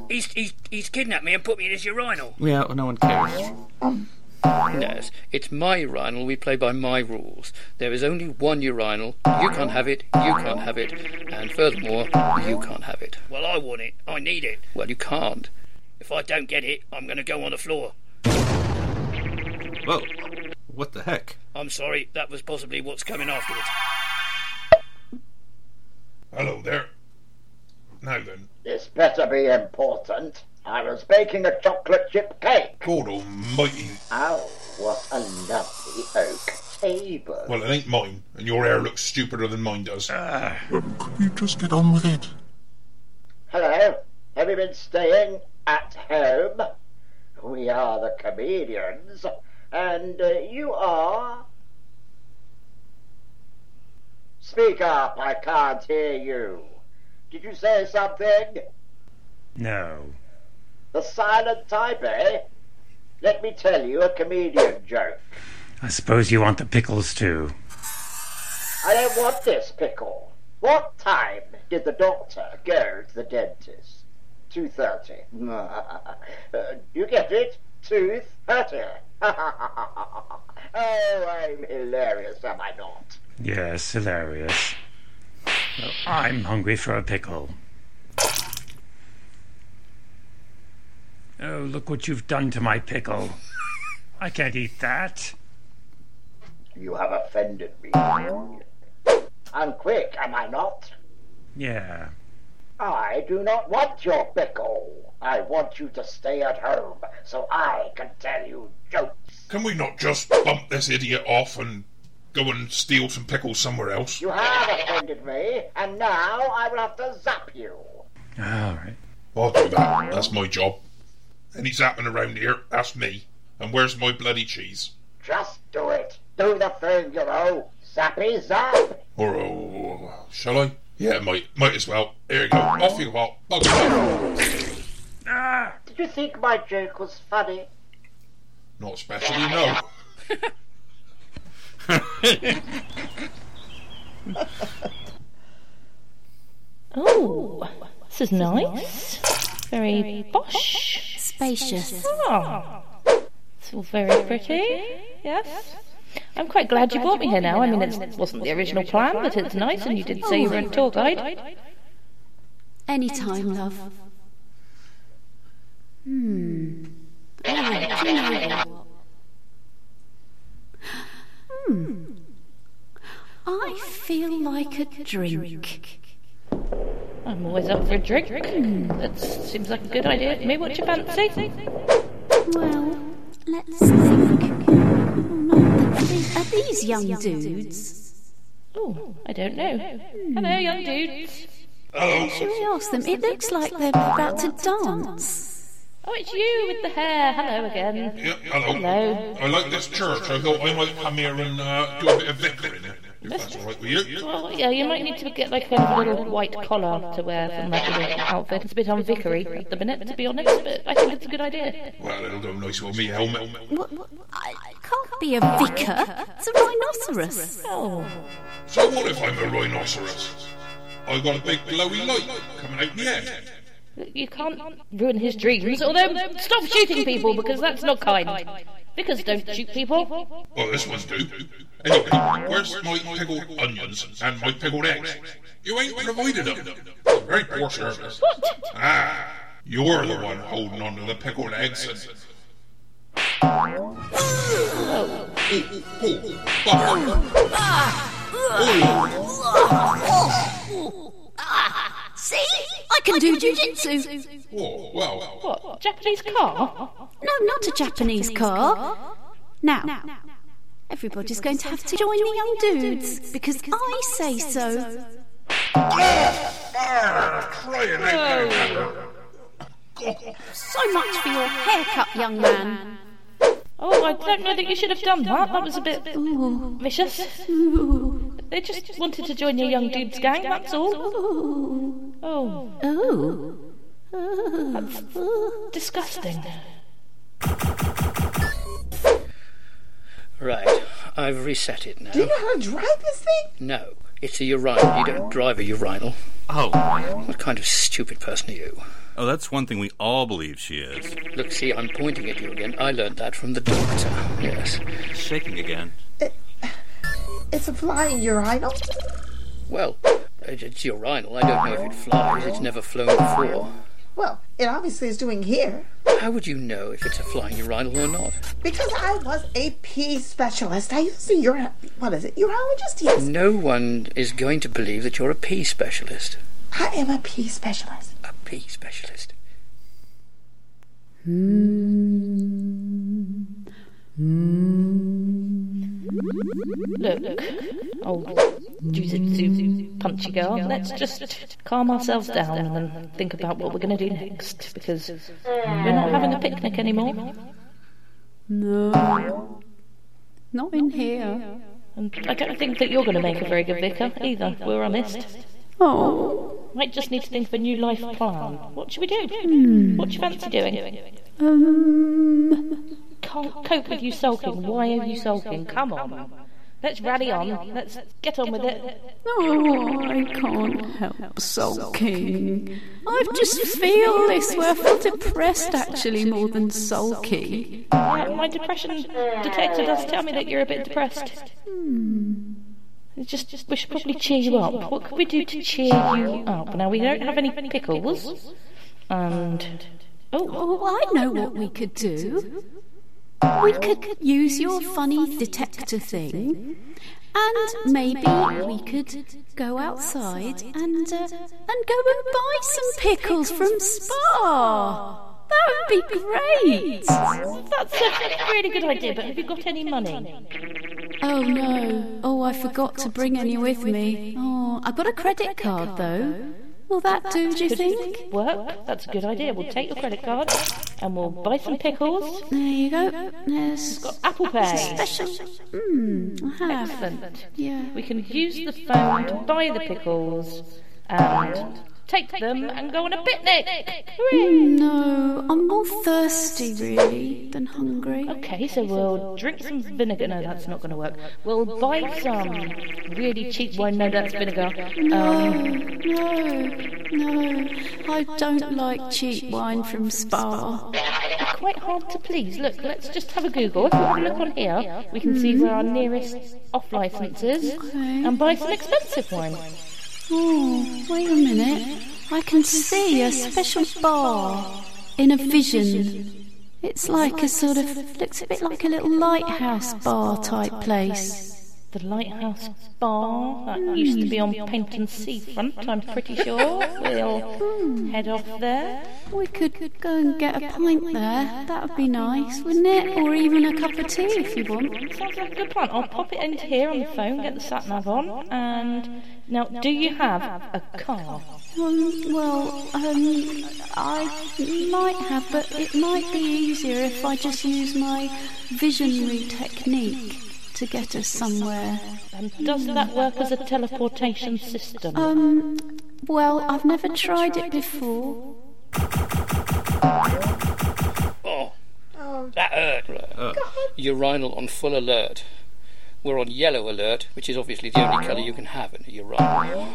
Speaker 46: He's, he's, he's kidnapped me and put me in his urinal.
Speaker 54: Yeah, well, no one cares.
Speaker 46: Yes, it's my urinal. We play by my rules. There is only one urinal. You can't have it. You can't have it. And furthermore, you can't have it. Well, I want it. I need it. Well, you can't. If I don't get it, I'm going to go on the floor.
Speaker 54: Whoa. What the heck?
Speaker 46: I'm sorry, that was possibly what's coming afterwards.
Speaker 52: Hello there. Now then,
Speaker 27: This better be important. I was baking a chocolate chip cake.
Speaker 52: God almighty.
Speaker 27: Oh, what a lovely oak table.
Speaker 52: Well, it ain't mine, and your hair looks stupider than mine does.
Speaker 1: You just get on with it.
Speaker 27: Hello, have you been staying at home? We are the comedians, and uh, you are. Speak up, I can't hear you. Did you say something?
Speaker 48: No.
Speaker 27: The silent type, eh? Let me tell you a comedian joke.
Speaker 48: I suppose you want the pickles too.
Speaker 27: I don't want this pickle. What time did the doctor go to the dentist? Two thirty. you get it? Two thirty. oh, I'm hilarious, am I not?
Speaker 48: Yes, hilarious. Well, I'm hungry for a pickle. Oh, look what you've done to my pickle. I can't eat that.
Speaker 27: You have offended me. I'm quick, am I not?
Speaker 48: Yeah.
Speaker 27: I do not want your pickle. I want you to stay at home so I can tell you jokes.
Speaker 52: Can we not just bump this idiot off and go and steal some pickles somewhere else?
Speaker 27: You have offended me, and now I will have to zap you.
Speaker 48: Alright.
Speaker 52: I'll do that. That's my job. Any zapping around here, that's me. And where's my bloody cheese?
Speaker 27: Just do it. Do the thing, you know. Zappy zap.
Speaker 52: Or, oh, shall I? Yeah, might, might as well. Here you go. Off you go. Bug off.
Speaker 27: Did you think my joke was funny?
Speaker 52: Not especially, no.
Speaker 53: Oh, this is nice. Very, posh.
Speaker 47: Spacious.
Speaker 53: Ah. It's all very pretty. Yes. I'm quite glad you brought me here now. I mean, it wasn't the original plan, but it's nice, and you did say you were on tour guide.
Speaker 47: Anytime, love. Hmm. Alright, you know what? Hmm. I feel like a drink.
Speaker 53: I'm always up for a drink. That seems like a good idea to me. What do you fancy?
Speaker 47: Well, let's think. Are these, are these young dudes?
Speaker 53: Oh, I don't know. Hello, young dudes.
Speaker 47: Shall we ask them? It looks like they're about to dance.
Speaker 53: Oh, it's you with the hair. Hello again.
Speaker 52: Hello.
Speaker 53: Hello.
Speaker 52: I like this church. I thought I might come here and uh, do a bit of vicaring. If that's all right with you.
Speaker 53: Well, yeah, you might need to get like a little white collar to wear from that little outfit. It's a bit on vickery at the minute, to be honest, but I think it's a good idea.
Speaker 52: Well, it'll go nice with me helmet.
Speaker 47: What, what, I I can't be a vicar. It's a rhinoceros.
Speaker 53: Oh.
Speaker 52: So what if I'm a rhinoceros? I got a big glowy light coming out the air.
Speaker 53: You can't ruin his dreams, although stop shooting people because that's not kind. Vickers don't shoot people.
Speaker 52: Well, this one's do. Anyway, where's my pickled onions and my pickled eggs? You ain't provided them. Very poor service. Ah, you're the one holding on to the pickled eggs and...
Speaker 47: See? I can do jujitsu.
Speaker 52: Oh, well,
Speaker 53: What? Japanese car?
Speaker 47: No, not a Japanese car. Now, everybody's going to have to join the young dudes because I say so.
Speaker 52: ah, crying out loud.
Speaker 47: So much for your haircut, young man.
Speaker 53: Oh, I don't know that you should have done that. That was a bit vicious. They just wanted to join your young dude's gang, that's all. Oh,
Speaker 47: Oh.
Speaker 53: disgusting.
Speaker 46: Right, I've reset it now.
Speaker 18: Do you know how to drive this thing?
Speaker 46: No, it's a urinal. You don't drive a urinal.
Speaker 54: Oh.
Speaker 46: What kind of stupid person are you?
Speaker 54: Oh, that's one thing we all believe she is.
Speaker 46: Look, see, I'm pointing at you again. I learned that from the doctor. Yes.
Speaker 54: Shaking again.
Speaker 18: It's a flying urinal.
Speaker 46: Well, it- it's urinal. I don't know if it flies. It's never flown before.
Speaker 18: Well, it obviously is doing here
Speaker 46: How would you know if it's a flying urinal or not?
Speaker 18: because I was a pee specialist. I used to ur- what is it? Urologist? Yes.
Speaker 46: No one is going to believe that you're a pee specialist.
Speaker 18: I am a pee specialist.
Speaker 46: A pee specialist.
Speaker 53: Look, old jujitsu punchy girl, let's just calm ourselves down and think about what we're going to do next because we're not having a picnic anymore.
Speaker 47: No. Not in here.
Speaker 53: And I don't think that you're going to make a very good vicar either, we're honest.
Speaker 47: Oh.
Speaker 53: Might just need to think of a new life plan. What should we do?
Speaker 47: Hmm.
Speaker 53: What do you fancy doing?
Speaker 47: Um.
Speaker 53: Can't cope with you sulking. Why are you sulking? Come on. Let's rally on. Let's get on with it.
Speaker 47: Oh, I can't help sulking. I just feel this way. I feel depressed actually more than sulky.
Speaker 53: Uh, my depression detector does tell me that you're a bit depressed.
Speaker 47: Hmm.
Speaker 53: I just, just we should probably cheer you up. What could we do to cheer you up? Now we don't have any pickles, and oh,
Speaker 47: Oh, I know what we could do. We could use your funny detector thing, and maybe we could go outside and uh, and go and buy some pickles from Spa. That would be great.
Speaker 53: that's a really good idea. But have you got any money?
Speaker 47: Oh no! Oh, I forgot to bring any with me. Oh, I got a credit card though. Will that do? Do you
Speaker 53: Could
Speaker 47: think?
Speaker 53: Work. That's a good idea. We'll take your credit card and we'll buy some pickles.
Speaker 47: There you go. There's
Speaker 53: Got Apple Pay.
Speaker 47: special. Mm, I have.
Speaker 53: Excellent.
Speaker 47: Yeah.
Speaker 53: We can use the phone to buy the pickles and take them and go on a picnic. Hooray!
Speaker 47: No, I'm more thirsty really than hungry.
Speaker 53: Okay, so we'll drink some vinegar. No, that's not going to work. We'll buy some really cheap wine. No, that's vinegar. Um,
Speaker 47: No, no, I don't like cheap wine from Spa.
Speaker 53: quite hard to please. Look, let's just have a Google. If we have a look on here, we can see where our nearest off license is and buy some expensive wine.
Speaker 47: Oh, wait a minute. I can see a special bar in a vision. It's like a sort of looks a bit like a little lighthouse bar type place.
Speaker 53: The Lighthouse Bar that used to be on Paynton Seafront, I'm pretty sure. We'll head off there.
Speaker 47: We could go and get a pint there. That would be nice, wouldn't it? Or even a cup of tea if you want.
Speaker 53: Sounds like a good plan. I'll pop it into here on the phone, get the sat nav on, and now, do you have a car?
Speaker 47: Um, well, um, I might have, but it might be easier if I just use my visionary technique to get us somewhere.
Speaker 53: Does that work as a teleportation system?
Speaker 47: Um, well, I've never tried it before.
Speaker 46: Oh, that hurt. Urinal on full alert. We're on yellow alert, which is obviously the only colour you can have in a urinal.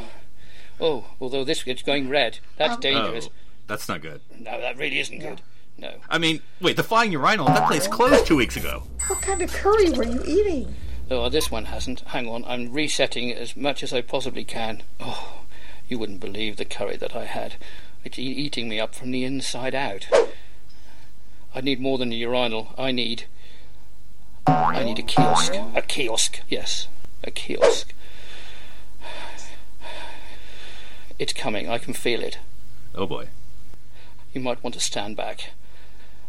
Speaker 46: Oh, although this one's going red. That's dangerous.
Speaker 54: Oh, that's not good.
Speaker 46: No, that really isn't good. No.
Speaker 54: I mean, wait, the Flying Urinal, that place closed two weeks ago.
Speaker 18: What kind of curry were you eating?
Speaker 46: Oh, this one hasn't. Hang on, I'm resetting as much as I possibly can. Oh, you wouldn't believe the curry that I had. It's e- eating me up from the inside out. I need more than a urinal. I need. I need a kiosk. A kiosk, yes. A kiosk. It's coming. I can feel it.
Speaker 54: Oh boy.
Speaker 46: You might want to stand back.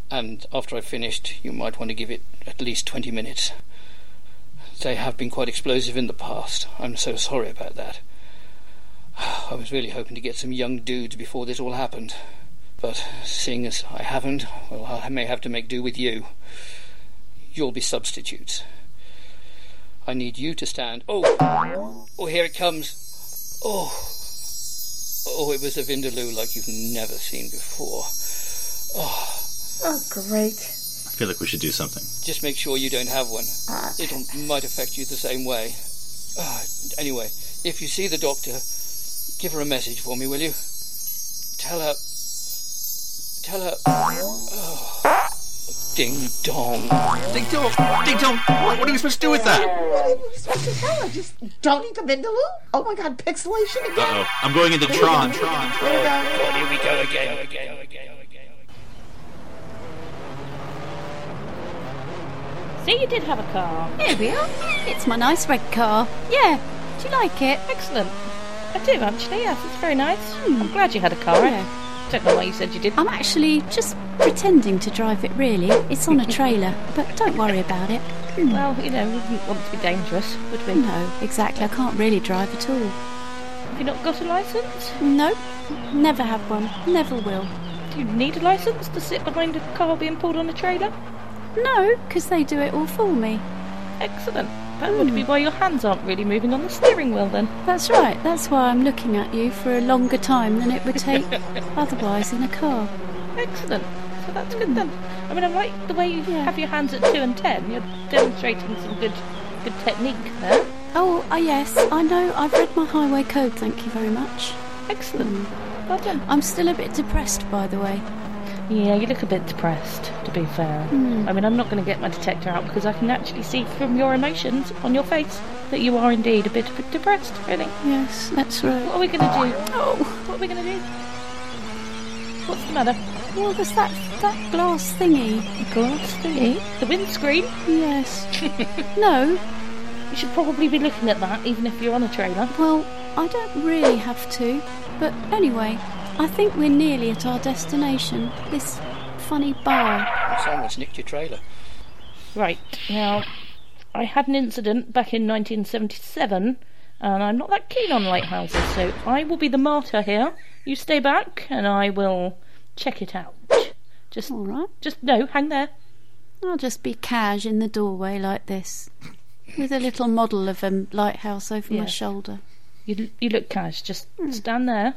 Speaker 46: And after I've finished, you might want to give it at least 20 minutes. They have been quite explosive in the past. I'm so sorry about that. I was really hoping to get some young dudes before this all happened. But seeing as I haven't, well, I may have to make do with you. You'll be substitutes. I need you to stand. Oh! Oh, here it comes! Oh! Oh, it was a Vindaloo like you've never seen before.
Speaker 18: Oh, great.
Speaker 54: I feel like we should do something.
Speaker 46: Just make sure you don't have one. It might affect you the same way. Ah, anyway, if you see the doctor, give her a message for me, will you? Tell her. Tell her. Oh, Ding dong.
Speaker 54: Ding dong. Ding dong. What, what are we supposed to do with that?
Speaker 18: What are we supposed to tell her? Just don't eat the vindaloo? Oh my god, pixelation again?
Speaker 54: Uh oh. I'm going into Tron. Tron.
Speaker 46: God, here we go again. again, again.
Speaker 53: See, you did have a car.
Speaker 47: Here we are. It's my nice red car. Yeah. Do you like it?
Speaker 53: Excellent. I do actually. Yes, it's very nice. I'm glad you had a car. I don't know why you said you didn't.
Speaker 47: Hmm. Oh, I'm actually just pretending to drive it, really. It's on a trailer, but don't worry about it. Hmm.
Speaker 53: Well, you know, we wouldn't want to be dangerous, would we?
Speaker 47: No, exactly. I can't really drive at all.
Speaker 53: Have you not got a license?
Speaker 47: No, never have one. Never will.
Speaker 53: Do you need a license to sit behind a car being pulled on a trailer?
Speaker 47: No, because they do it all for me.
Speaker 53: Excellent. That would
Speaker 47: Hmm.
Speaker 53: be why your hands aren't really moving on the steering wheel then.
Speaker 47: That's right. That's why I'm looking at you for a longer time than it would take otherwise in a car.
Speaker 53: Excellent. So that's good then. I mean, I like the way you have your hands at two and ten. You're demonstrating some good, good technique there.
Speaker 47: Oh, ah, yes. I know. I've read my highway code. Thank you very much. Hmm.
Speaker 53: Excellent. Well done.
Speaker 47: I'm still a bit depressed, by the way.
Speaker 53: Yeah, you look a bit depressed, to be fair.
Speaker 47: Hmm.
Speaker 53: I mean, I'm not going to get my detector out because I can actually see from your emotions on your face that you are indeed a bit depressed, really.
Speaker 47: Yes, that's
Speaker 53: What
Speaker 47: right.
Speaker 53: are we going to do? Oh, what are we going to do? What's the matter?
Speaker 47: Well, there's that that glass thingy.
Speaker 53: Glass thingy? The windscreen?
Speaker 47: Yes. no.
Speaker 53: You should probably be looking at that even if you're on a trailer.
Speaker 47: Well, I don't really have to. But anyway, I think we're nearly at our destination. This funny bar.
Speaker 46: Someone's nicked your trailer.
Speaker 53: Right, now, I had an incident back in 1977, and I'm not that keen on lighthouses, so I will be the martyr here. You stay back, and I will check it out. Just,
Speaker 47: All right.
Speaker 53: just no, hang there.
Speaker 47: I'll just be cash in the doorway like this, with a little model of a um, lighthouse over my
Speaker 53: Yeah.
Speaker 47: shoulder.
Speaker 53: You, you look cash. Just
Speaker 47: Hmm.
Speaker 53: stand there.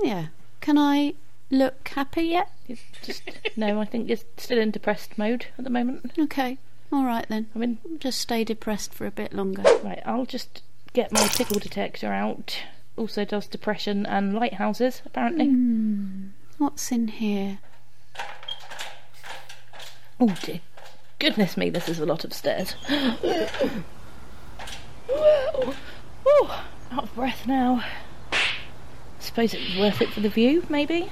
Speaker 47: Yeah. Can I look happy yet?
Speaker 53: Just no, I think you're still in depressed mode at the moment.
Speaker 47: Okay. All right then.
Speaker 53: I mean,
Speaker 47: just stay depressed for a bit longer.
Speaker 53: Right, I'll just get my pickle detector out. Also does depression and lighthouses, apparently.
Speaker 47: Hmm. What's in here?
Speaker 53: Oh dear. Goodness me, this is a lot of stairs. oh, out of breath now. Suppose it was worth it for the view, maybe?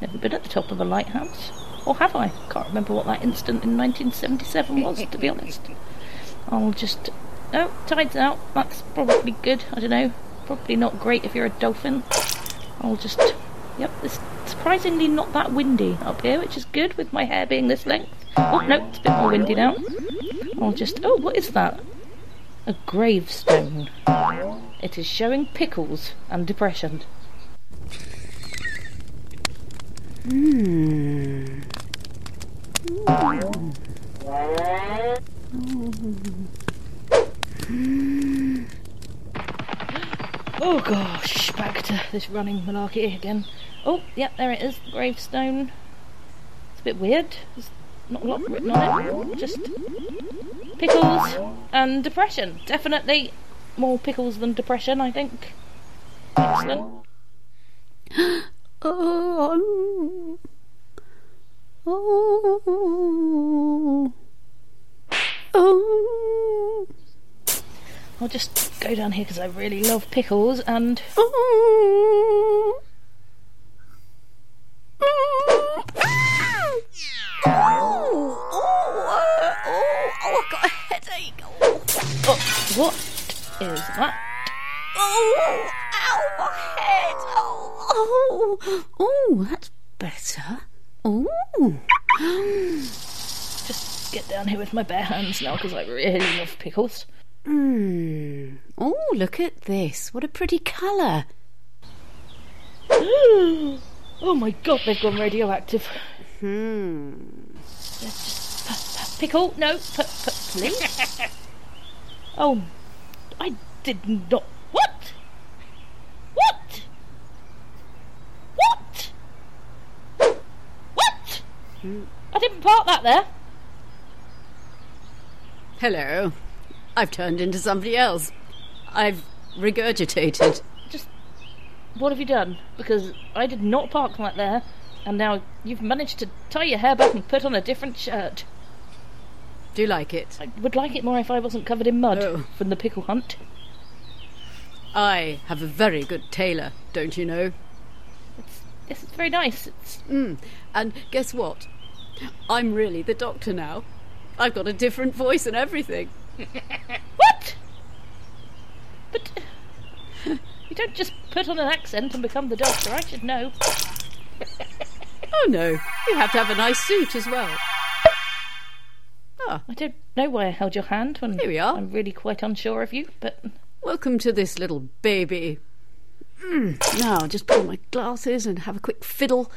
Speaker 53: Never been at the top of a lighthouse. Or have I? Can't remember what that incident in 1977 was, to be honest. I'll just. Oh, tide's out. That's probably good. I don't know. Probably not great if you're a dolphin. I'll just. Yep, it's surprisingly not that windy up here, which is good with my hair being this length. Oh, no, it's a bit more windy now. I'll just. Oh, what is that? A gravestone. It is showing pickles and depression.
Speaker 47: Hmm.
Speaker 53: Oh gosh, back to this running malarkey again. Oh, yep, there it is, the gravestone. It's a bit weird. There's not a lot written on it. Just pickles and depression. Definitely more pickles than depression, I think. Excellent.
Speaker 47: Oh. Oh. Oh.
Speaker 53: I'll just go down here because I really love pickles and.
Speaker 47: Oh, I've got a headache.
Speaker 53: What is that?
Speaker 47: Oh, ow, my head. Oh, oh, oh that's better. Oh.
Speaker 53: Just get down here with my bare hands now because I really love pickles.
Speaker 47: Hmm. Oh, look at this. What a pretty colour.
Speaker 53: oh my god, they've gone radioactive.
Speaker 47: Hmm.
Speaker 53: Pickle, no, p- p- please. oh, I did not. What? What? What? What? I didn't park that there.
Speaker 16: Hello. I've turned into somebody else. I've regurgitated.
Speaker 53: What have you done? Because I did not park that there. And now you've managed to tie your hair back and put on a different shirt.
Speaker 47: Do you like it? Oh.
Speaker 53: I would like it more if I wasn't covered in mud from the pickle hunt.
Speaker 47: I have a very good tailor, don't you know?
Speaker 53: Yes, it's very nice. It's...
Speaker 47: Mm. And guess what? I'm really the doctor now. I've got a different voice and everything.
Speaker 53: what? But uh, you don't just put on an accent and become the doctor. I should know.
Speaker 47: Oh no, you have to have a nice suit as well. Ah.
Speaker 53: I don't know why I held your hand when Here we are. I'm really quite unsure of you, but
Speaker 47: Welcome to this little baby. Mm. Now, I'll just put on my glasses and have a quick fiddle.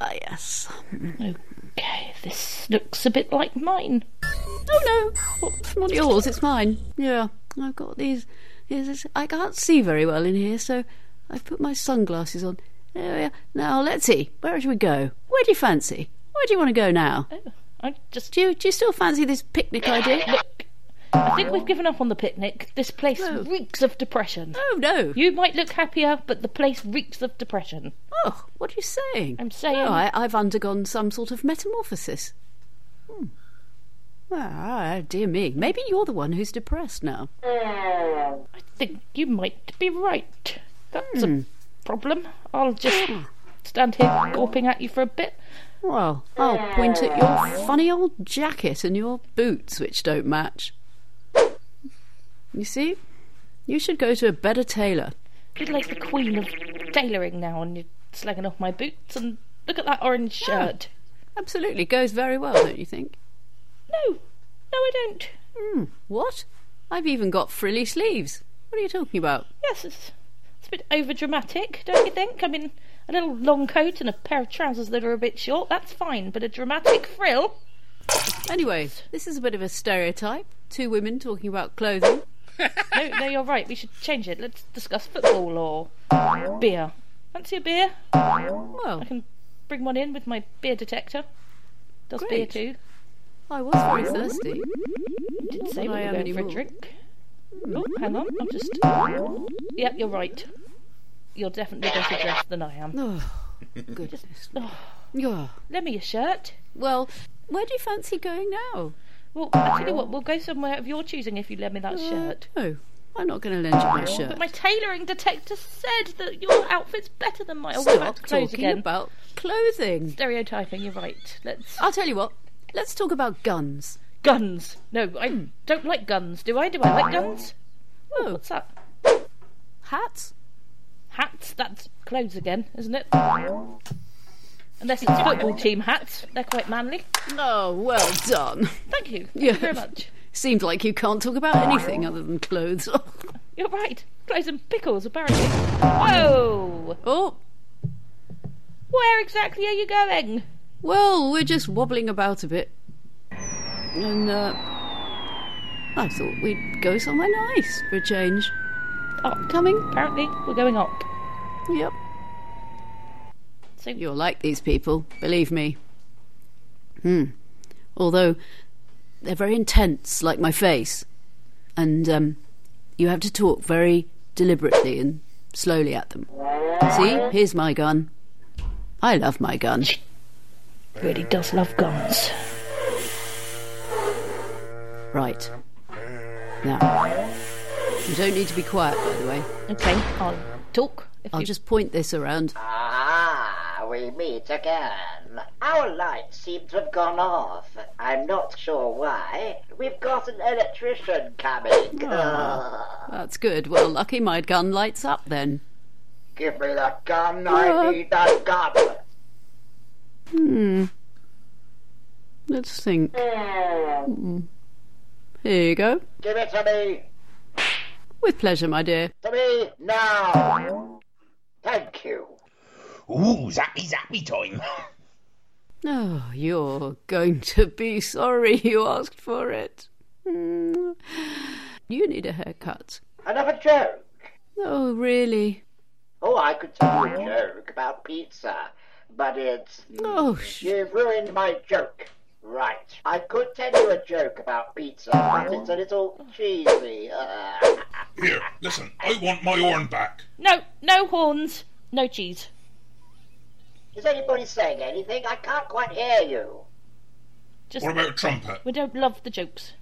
Speaker 47: Ah, yes.
Speaker 53: Okay, this looks a bit like mine.
Speaker 47: Oh no, Oh, it's not yours, it's mine. Yeah, I've got these. Yes, it's- I can't see very well in here, so I've put my sunglasses on. There we are. Now, let's see. Where should we go? Where do you fancy? Where do you want to go now?
Speaker 53: I just
Speaker 47: do. You, do you still fancy this picnic idea?
Speaker 53: Look, I think we've given up on the picnic. This place reeks of depression.
Speaker 47: Oh no!
Speaker 53: You might look happier, but the place reeks of depression.
Speaker 47: Oh, what are you saying?
Speaker 53: I'm saying.
Speaker 47: Oh, I, I've undergone some sort of metamorphosis. Hmm. Ah, dear me. Maybe you're the one who's depressed now.
Speaker 53: I think you might be right. That's
Speaker 47: Hmm.
Speaker 53: a problem. I'll just stand here gawping at you for a bit.
Speaker 47: Well, I'll point at your funny old jacket and your boots, which don't match. You see? You should go to a better tailor.
Speaker 53: You're like the queen of tailoring now, and you're slagging off my boots. And look at that orange shirt.
Speaker 47: Absolutely goes very well, don't you think?
Speaker 53: No, no, I don't.
Speaker 47: Hmm. What? I've even got frilly sleeves. What are you talking about?
Speaker 53: Yes, it's, it's a bit over dramatic, don't you think? I mean, a little long coat and a pair of trousers that are a bit short, that's fine, but a dramatic frill?
Speaker 47: Anyway, this is a bit of a stereotype. Two women talking about clothing.
Speaker 53: no, no, you're right, we should change it. Let's discuss football or beer. Fancy a beer?
Speaker 47: Well,
Speaker 53: I can bring one in with my beer detector. Does
Speaker 47: Great.
Speaker 53: beer too?
Speaker 47: I was very thirsty.
Speaker 53: Didn't say
Speaker 47: But
Speaker 53: we
Speaker 47: I
Speaker 53: were
Speaker 47: am
Speaker 53: going for a
Speaker 47: anymore.
Speaker 53: drink. Oh, hang on, I'm just. Yep, you're right. You're definitely better dressed than I am.
Speaker 47: Goodness.
Speaker 53: Oh,
Speaker 47: Yeah.
Speaker 53: lend me your shirt.
Speaker 47: Well, where do you fancy going now?
Speaker 53: Well, I tell you what, we'll go somewhere of your choosing if you lend me that shirt.
Speaker 47: No, I'm not going to lend you my Uh, shirt.
Speaker 53: But my tailoring detector said that your outfit's better than Oh, my old
Speaker 47: Stop
Speaker 53: fat clothes
Speaker 47: talking
Speaker 53: again.
Speaker 47: about clothing.
Speaker 53: Stereotyping, you're right. Let's.
Speaker 47: I'll tell you what. Let's talk about guns.
Speaker 53: Guns. No, I don't like guns, do I? Do I like guns?
Speaker 47: Oh,
Speaker 53: what's that?
Speaker 47: Hats?
Speaker 53: Hats? That's clothes again, isn't it? Unless it's football team hats. They're quite manly.
Speaker 47: Oh, well done.
Speaker 53: Thank you. Thank you
Speaker 47: Yeah.
Speaker 53: very much.
Speaker 47: Seems like you can't talk about anything other than clothes.
Speaker 53: You're right. Clothes and pickles, apparently. Whoa!
Speaker 47: Oh.
Speaker 53: Where exactly are you going?
Speaker 47: well, we're just wobbling about a bit. And, uh, I thought we'd go somewhere nice for a change.
Speaker 53: Up.
Speaker 47: Coming?
Speaker 53: Apparently, we're going up.
Speaker 47: Yep.
Speaker 53: So
Speaker 47: You're like these people, believe me. Hmm. Although they're very intense, like my face, and um, you have to talk very deliberately and slowly at them. See, here's my gun. I love my gun.
Speaker 53: Really does love guns.
Speaker 47: Right. Now, you don't need to be quiet, by the way.
Speaker 53: Okay, I'll talk.
Speaker 47: I'll just point this around.
Speaker 27: Ah, we meet again. Our lights seem to have gone off. I'm not sure why. We've got an electrician coming.
Speaker 47: Ah, that's good. Well, lucky my gun lights up then.
Speaker 27: Give me the gun. I need that gun.
Speaker 47: Hmm. Let's think. Hmm. Here you go.
Speaker 27: Give it to me.
Speaker 47: With pleasure, my dear.
Speaker 27: To me now. Thank you.
Speaker 30: Ooh, zappy zappy time.
Speaker 47: Oh, you're going to be sorry you asked for it. Hmm. You need a haircut.
Speaker 27: Another joke.
Speaker 47: Oh, really?
Speaker 27: Oh, I could tell you a joke about pizza, but it's.
Speaker 47: Oh, sh-
Speaker 27: You've ruined my joke. Right. I could tell you a joke about pizza, but it's a little cheesy. Uh,
Speaker 52: Here, listen, I want my horn back.
Speaker 53: No, no horns, no cheese.
Speaker 27: Is anybody saying anything? I can't quite hear you.
Speaker 53: Just,
Speaker 52: What about a trumpet?
Speaker 53: We don't love the jokes.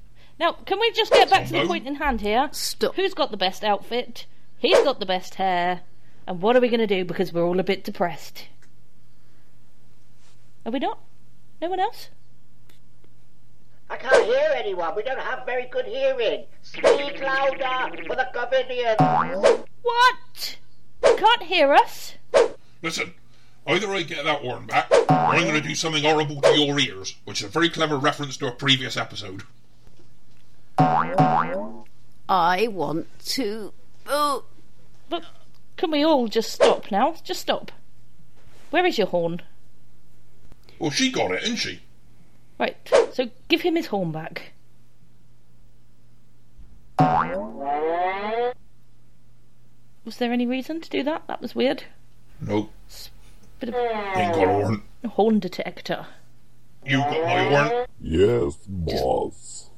Speaker 53: Now, can we just get back to the point in hand here?
Speaker 47: Stop.
Speaker 53: Who's got the best outfit? He's got the best hair. And what are we going to do because we're all a bit depressed? Are we not? No one else?
Speaker 27: I can't hear anyone. We don't have very good hearing. Speak louder for the governor.
Speaker 53: What? You can't hear us?
Speaker 52: Listen, either I get that horn back, or I'm going to do something horrible to your ears, which is a very clever reference to a previous episode.
Speaker 47: I want to.
Speaker 53: Oh. But can we all just stop now? Just stop. Where is your horn?
Speaker 52: Well, she got it, didn't she?
Speaker 53: Right, so give him his horn back. Was there any reason to do that? That was weird.
Speaker 52: Nope.
Speaker 53: Bit of
Speaker 52: Ain't got a horn.
Speaker 53: a horn detector.
Speaker 52: You got my horn.
Speaker 56: Yes, boss.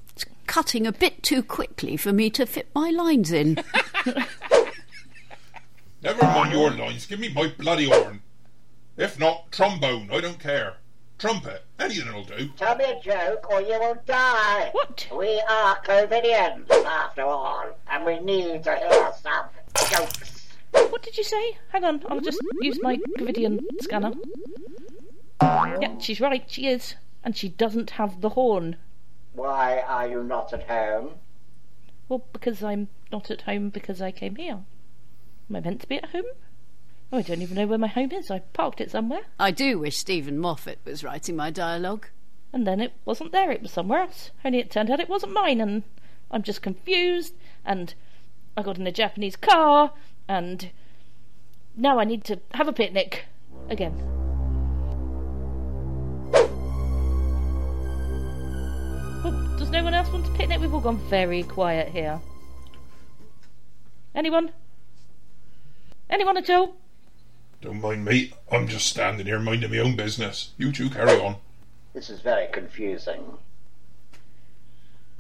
Speaker 47: Cutting a bit too quickly for me to fit my lines in.
Speaker 52: Never mind your lines. Give me my bloody horn. If not, trombone. I don't care. Trumpet. Anything will do.
Speaker 27: Tell me a joke or you will die. What? We are comedians, after all, and we need to hear some jokes.
Speaker 53: What did you say? Hang on, I'll just use my Covidian scanner. Yeah, she's right, she is. And she doesn't have the horn.
Speaker 27: Why are you not at home?
Speaker 53: Well, because I'm not at home because I came here. Am I meant to be at home? Oh, I don't even know where my home is. I parked it somewhere.
Speaker 47: I do wish Stephen Moffat was writing my dialogue.
Speaker 53: And then it wasn't there, it was somewhere else. Only it turned out it wasn't mine, and I'm just confused, and I got in a Japanese car, and now I need to have a picnic again. Well, does no one else want to picnic? We've all gone very quiet here. Anyone? Anyone at all?
Speaker 52: Don't mind me. I'm just standing here minding my own business. You two carry on.
Speaker 27: This is very confusing.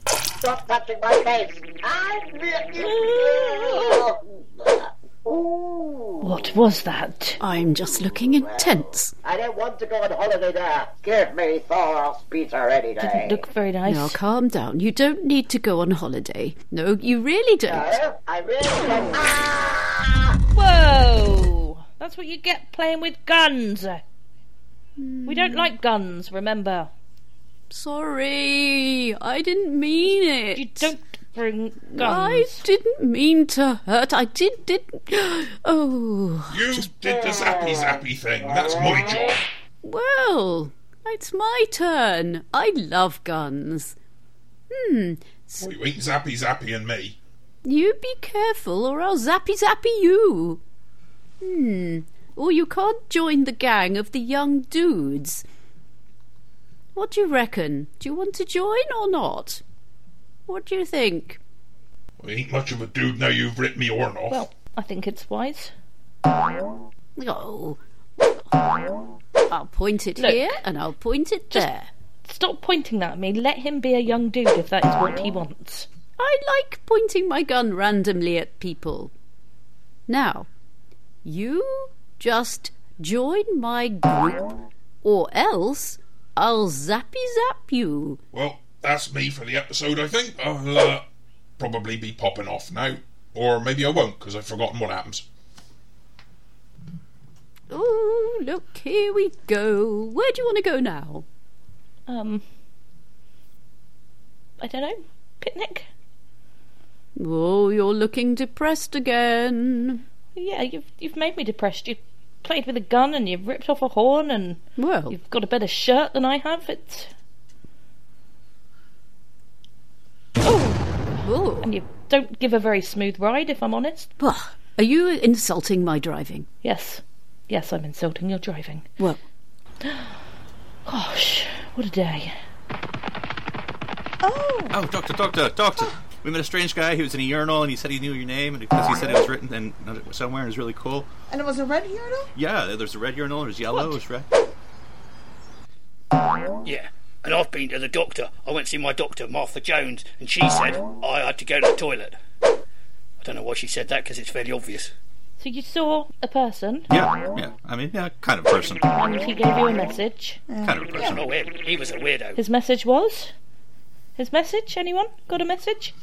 Speaker 27: Stop touching my face! I
Speaker 47: What
Speaker 53: was that?
Speaker 47: I'm just looking intense.
Speaker 27: I don't want to go on holiday there. Give me Thor's pizza any day.
Speaker 47: look
Speaker 53: very
Speaker 47: nice. Now calm down. You don't need to go on holiday. No, you really don't.
Speaker 27: No, Oh, I really don't.
Speaker 53: Whoa! That's what you get playing with guns. We
Speaker 47: Hmm.
Speaker 53: don't like guns, remember?
Speaker 47: Sorry, I didn't mean it. You
Speaker 53: don't bring guns.
Speaker 47: I didn't mean to hurt. I did did. Oh,
Speaker 52: You did the zappy zappy thing. That's my job.
Speaker 47: well, it's my turn. I love guns. Hmm. s-
Speaker 52: You ain't zappy zappy and me.
Speaker 47: You be careful, or I'll zappy zappy you. Hmm. Or you can't join the gang of the young dudes. What do you reckon? Do you want to join or not? What do you think?
Speaker 52: I ain't much of a dude now you've ripped me horn off.
Speaker 53: Well, I think it's wise.
Speaker 47: Oh. I'll point it
Speaker 53: Look.
Speaker 47: here and I'll point it there.
Speaker 53: Stop pointing that at me. Let him be a young dude if that is what he wants.
Speaker 47: I like pointing my gun randomly at people. Now, you just join my group or else I'll zappy zap you.
Speaker 52: Well, that's me for the episode, I think. I'll uh, probably be popping off now. Or maybe I won't, because I've forgotten what happens.
Speaker 47: Oh, look, here we go. Where do you want to go now?
Speaker 53: Um. I don't know. Picnic?
Speaker 47: Oh, you're looking depressed again.
Speaker 53: Yeah, you've you've made me depressed. You played with a gun and you've ripped off a horn and
Speaker 47: Well,
Speaker 53: you've got a better shirt than I have. It's
Speaker 47: oh,
Speaker 53: and you don't give a very smooth ride, if I'm honest.
Speaker 47: Bah, are you insulting my driving?
Speaker 53: Yes, yes, I'm insulting your driving.
Speaker 47: Well,
Speaker 53: Gosh, what a day.
Speaker 54: Oh, doctor, doctor, doctor. We met a strange guy. He was in a urinal, and he said he knew your name, and because he said it was written in somewhere, and it was really cool.
Speaker 51: And it was a red urinal?
Speaker 54: Yeah, there's a red urinal. There's yellow. There's red.
Speaker 49: Yeah, and I've been to the doctor. I went to see my doctor, Martha Jones, and she said I had to go to the toilet. I don't know why she said that because it's fairly obvious.
Speaker 53: So you saw a person.
Speaker 54: Yeah, yeah. I mean, yeah, kind of person.
Speaker 53: And he gave you a message.
Speaker 54: Kind of a person.
Speaker 46: He was a weirdo.
Speaker 53: His message was? His message? Anyone got a message?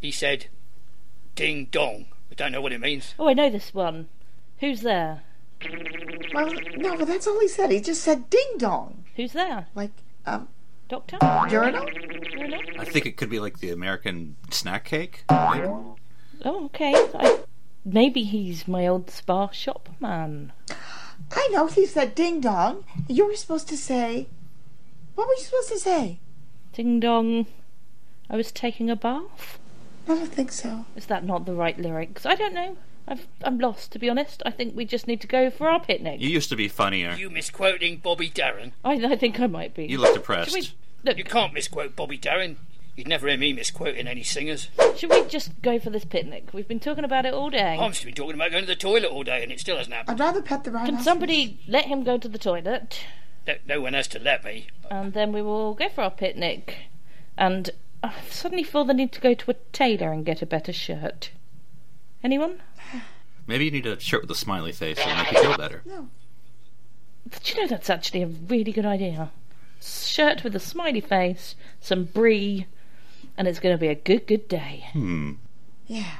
Speaker 46: He said, "Ding dong." I don't know what it means.
Speaker 53: Oh, I know this one. Who's there?
Speaker 18: Well, no, but that's all he said. He just said ding dong.
Speaker 53: Who's there?
Speaker 18: Like, um,
Speaker 53: Doctor?
Speaker 18: urinal?
Speaker 54: I think it could be like the American snack cake.
Speaker 53: Oh, okay. I, maybe he's my old spa shop man.
Speaker 18: I know he said ding dong. You were supposed to say. What were you supposed to say?
Speaker 53: Ding dong. I was taking a bath.
Speaker 18: I don't think so.
Speaker 53: Is that not the right lyrics? I don't know. I've, I'm lost, to be honest. I think we just need to go for our picnic.
Speaker 54: You used to be funnier.
Speaker 46: You misquoting Bobby Darren.
Speaker 53: I, I think I might be.
Speaker 54: You look depressed.
Speaker 53: Should
Speaker 46: You can't misquote Bobby Darren. You'd never hear me misquoting any singers.
Speaker 53: we, should we just go for this picnic? We've been talking about it all day.
Speaker 46: I'm just been talking about going to the toilet all day, and it still hasn't happened.
Speaker 18: Oh, I'd rather pet the
Speaker 53: Can
Speaker 18: rhinoceros.
Speaker 53: somebody let him go to the toilet?
Speaker 46: No, no one has to let me.
Speaker 53: And then we will go for our picnic. And I suddenly feel the need to go to a tailor and get a better shirt. Anyone?
Speaker 54: Maybe you need a shirt with a smiley face to make you feel better.
Speaker 53: Do you know that's actually a really good idea? Shirt with a smiley face, some brie, and it's going to be a good, good day.
Speaker 54: Hmm.
Speaker 18: Yeah.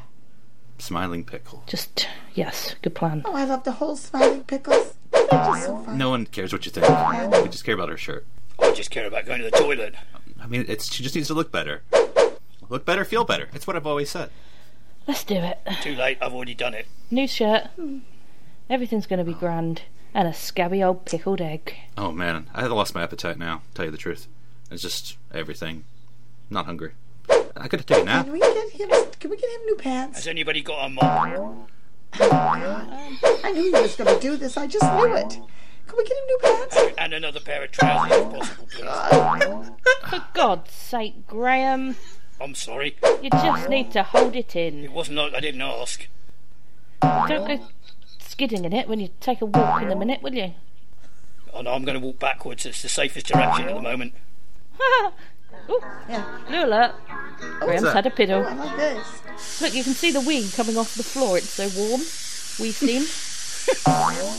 Speaker 54: Smiling pickle.
Speaker 53: Just yes, good plan.
Speaker 18: Oh, I love the whole smiling pickles. They're just so fun.
Speaker 54: No one cares what you think. We just care about her shirt.
Speaker 46: I just care about going to the toilet.
Speaker 54: I mean, it's she just needs to look better. Look better, feel better. It's what I've always said.
Speaker 53: Let's do it.
Speaker 46: Too late. I've already done it.
Speaker 53: New shirt. Everything's going to be grand. And a scabby old pickled egg.
Speaker 54: Oh man, I have lost my appetite now. Tell you the truth, it's just everything. Not hungry. I could have taken a nap.
Speaker 18: Can we get him? Can we get him new pants?
Speaker 46: Has anybody got a mop?
Speaker 18: Oh I knew you was going to do this. I just knew it. Can we get him new pants?
Speaker 46: And another pair of trousers, if possible, please.
Speaker 53: For God's sake, Graham.
Speaker 46: I'm sorry.
Speaker 53: You just need to hold it in.
Speaker 46: It wasn't like I didn't ask.
Speaker 53: Don't go skidding in it when you take a walk in a minute, will you?
Speaker 46: Oh no, I'm going to walk backwards. It's the safest direction at the moment.
Speaker 53: Ooh, Blue alert. Graham's
Speaker 46: that?
Speaker 53: had a piddle.
Speaker 18: Oh, I like this.
Speaker 53: Look, you can see the wee coming off the floor. It's so warm. Wee steam.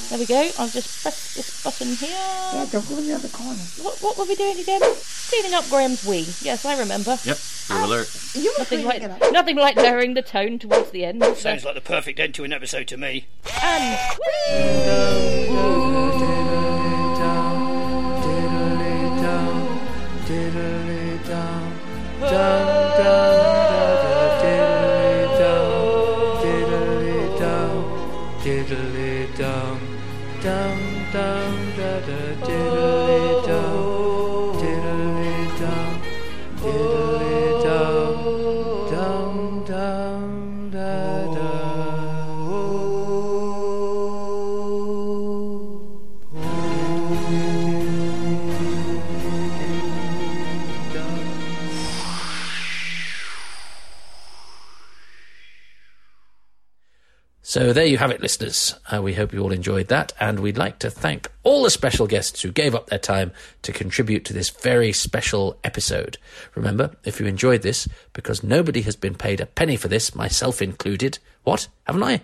Speaker 53: there we go. I've just pressed this button here.
Speaker 18: Yeah, don't go in the other corner.
Speaker 53: What, what were we doing again? Cleaning up Graham's wee. Yes, I remember.
Speaker 54: Yep. Blue alert.
Speaker 18: You were
Speaker 53: Nothing
Speaker 18: cleaning
Speaker 53: like
Speaker 18: it up.
Speaker 53: nothing like lowering the tone towards the end.
Speaker 46: Sounds like the perfect end to an episode to me.
Speaker 53: And
Speaker 6: So there you have it, listeners. Uh, we hope you all enjoyed that, and we'd like to thank all the special guests who gave up their time to contribute to this very special episode. Remember, if you enjoyed this, because nobody has been paid a penny for this, myself included. What? Haven't I?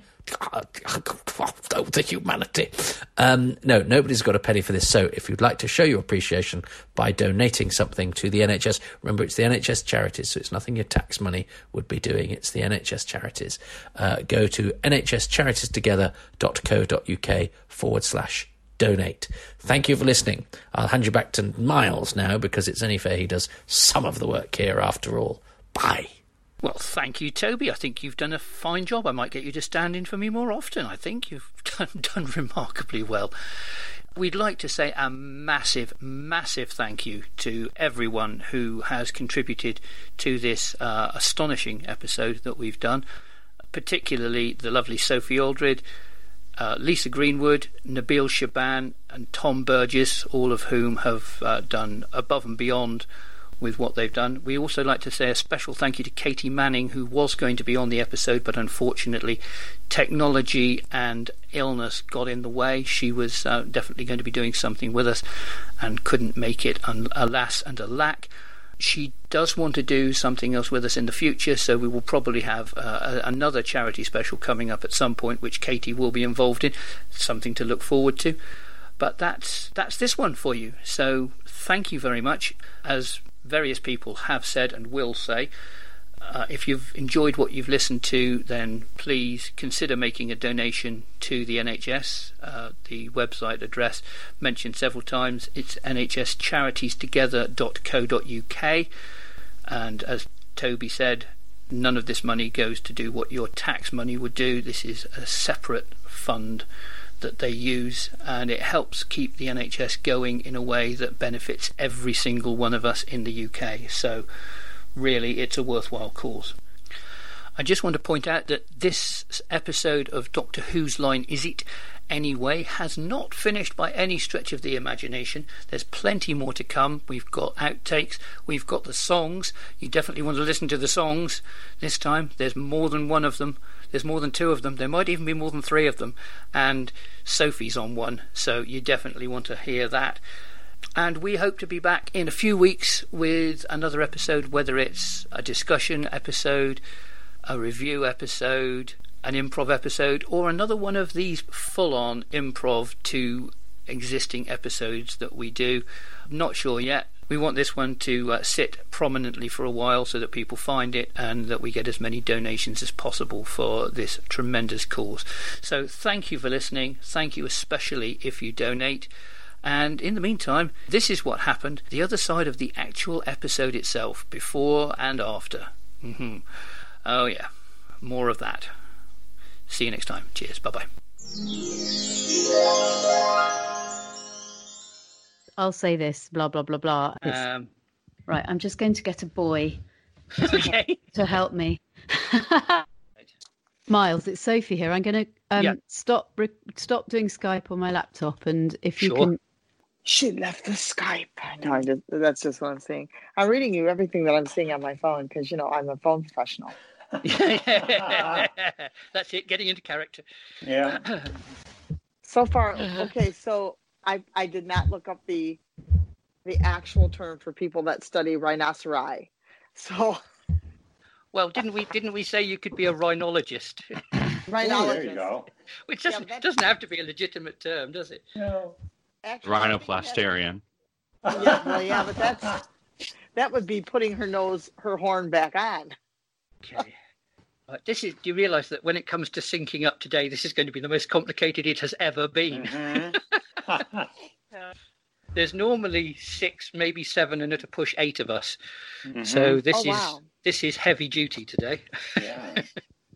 Speaker 6: Oh, the humanity. Um, no, nobody's got a penny for this. So if you'd like to show your appreciation by donating something to the NHS, remember it's the NHS charities, so it's nothing your tax money would be doing. It's the NHS charities. Uh, go to nhscharitiesTogether.co.uk forward slash donate. Thank you for listening. I'll hand you back to Miles now because it's only fair he does some of the work here after all. Bye.
Speaker 46: Well, thank you, Toby. I think you've done a fine job. I might get you to stand in for me more often. I think you've done, done remarkably well. We'd like to say a massive, massive thank you to everyone who has contributed to this uh, astonishing episode that we've done, particularly the lovely Sophie Aldred, uh, Lisa Greenwood, Nabil Shaban, and Tom Burgess, all of whom have uh, done above and beyond with what they've done. We also like to say a special thank you to Katie Manning, who was going to be on the episode, but unfortunately, technology and illness got in the way. She was uh, definitely going to be doing something with us and couldn't make it, un- alas and alack. She does want to do something else with us in the future, so we will probably have uh, a- another charity special coming up at some point, which Katie will be involved in. Something to look forward to. But that's that's this one for you. So thank you very much. As various people have said and will say, uh, if you've enjoyed what you've listened to, then please consider making a donation to the NHS. Uh, the website address mentioned several times. It's nhscharitiestestogether.co.uk, and as Toby said, none of this money goes to do what your tax money would do. This is a separate fund that they use, and it helps keep the NHS going in a way that benefits every single one of us in the UK. So really it's a worthwhile cause. I just want to point out that this episode of Doctor Who's Line Is It Anyway has not finished by any stretch of the imagination. There's plenty more to come. We've got outtakes, we've got the songs. You definitely want to listen to the songs this time. There's more than one of them, there's more than two of them, there might even be more than three of them. And Sophie's on one, so you definitely want to hear that. And we hope to be back in a few weeks with another episode, whether it's a discussion episode, a review episode, an improv episode, or another one of these full on improv to existing episodes that we do. Not sure yet. We want this one to uh, sit prominently for a while so that people find it and that we get as many donations as possible for this tremendous cause. So, thank you for listening. Thank you especially if you donate. And in the meantime, this is what happened the other side of the actual episode itself, before and after. hmm Oh, yeah. More of that. See you next time. Cheers. Bye bye.
Speaker 2: I'll say this, blah blah blah blah.
Speaker 46: Um,
Speaker 2: right, I'm just going to get a boy
Speaker 46: okay.
Speaker 2: to help me. Miles, it's Sophie here. I'm going to um,
Speaker 57: Yeah.
Speaker 2: stop re- stop doing Skype on my laptop, and if you
Speaker 57: Sure.
Speaker 2: can,
Speaker 57: She left the Skype. No, I just, that's just what I'm saying. I'm reading you everything that I'm seeing on my phone because, you know, I'm a phone professional.
Speaker 46: That's it. Getting into character.
Speaker 57: Yeah. So far,
Speaker 10: Uh-huh.
Speaker 57: okay, so I, I did not look up the the actual term for people that study rhinoceri. So,
Speaker 46: well, didn't we? Didn't we say you could be a rhinologist?
Speaker 57: rhinologist. Oh, go.
Speaker 46: Which doesn't doesn't have to be a legitimate term, does it?
Speaker 57: No. Actually,
Speaker 37: Rhinoplasterian.
Speaker 57: yeah, well, yeah, but that's that would be putting her nose, her horn back on.
Speaker 46: Right, Uh, this is. Do you realise that when it comes to syncing up today, this is going to be the most complicated it has ever been. There's normally six, maybe seven, and at a push, eight of us. So
Speaker 57: Mhm.
Speaker 46: this
Speaker 57: Oh,
Speaker 46: is
Speaker 57: wow.
Speaker 46: this is heavy duty today.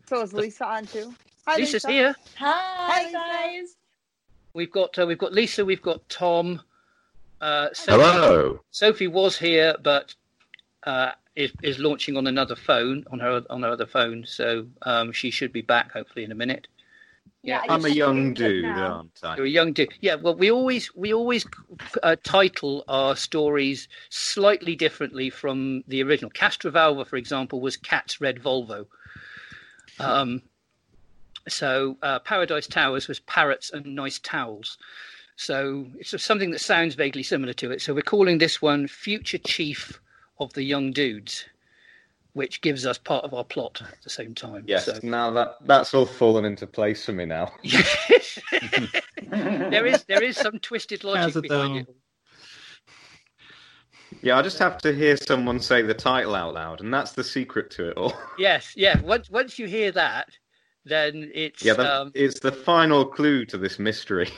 Speaker 57: So is Lisa on too? Hi,
Speaker 46: Lisa's
Speaker 57: Lisa.
Speaker 46: here.
Speaker 57: Hi, guys.
Speaker 46: We've got uh, we've got Lisa, we've got Tom. Uh, Sophie,
Speaker 20: Hello.
Speaker 46: Sophie was here, but uh, is is launching on another phone on her on her other phone, so um, she should be back hopefully in a minute. Yeah,
Speaker 37: I'm a young dude, aren't I?
Speaker 46: You're a young dude. Yeah. Well, we always we always uh, title our stories slightly differently from the original. Castrovalva, for example, was Cat's Red Volvo. Um, so uh, Paradise Towers was parrots and nice towels. So it's something that sounds vaguely similar to it. So we're calling this one Future Chief of the Young Dudes, which gives us part of our plot at the same time.
Speaker 20: Yes.
Speaker 46: So-
Speaker 20: Now that that's all fallen into place for me now.
Speaker 46: there is there is some twisted logic behind it.
Speaker 37: Yeah, I just have to hear someone say the title out loud, and that's the secret to it all.
Speaker 46: Yes, yeah. Once once you hear that, then it's
Speaker 37: Yeah, that
Speaker 46: um,
Speaker 37: is the final clue to this mystery.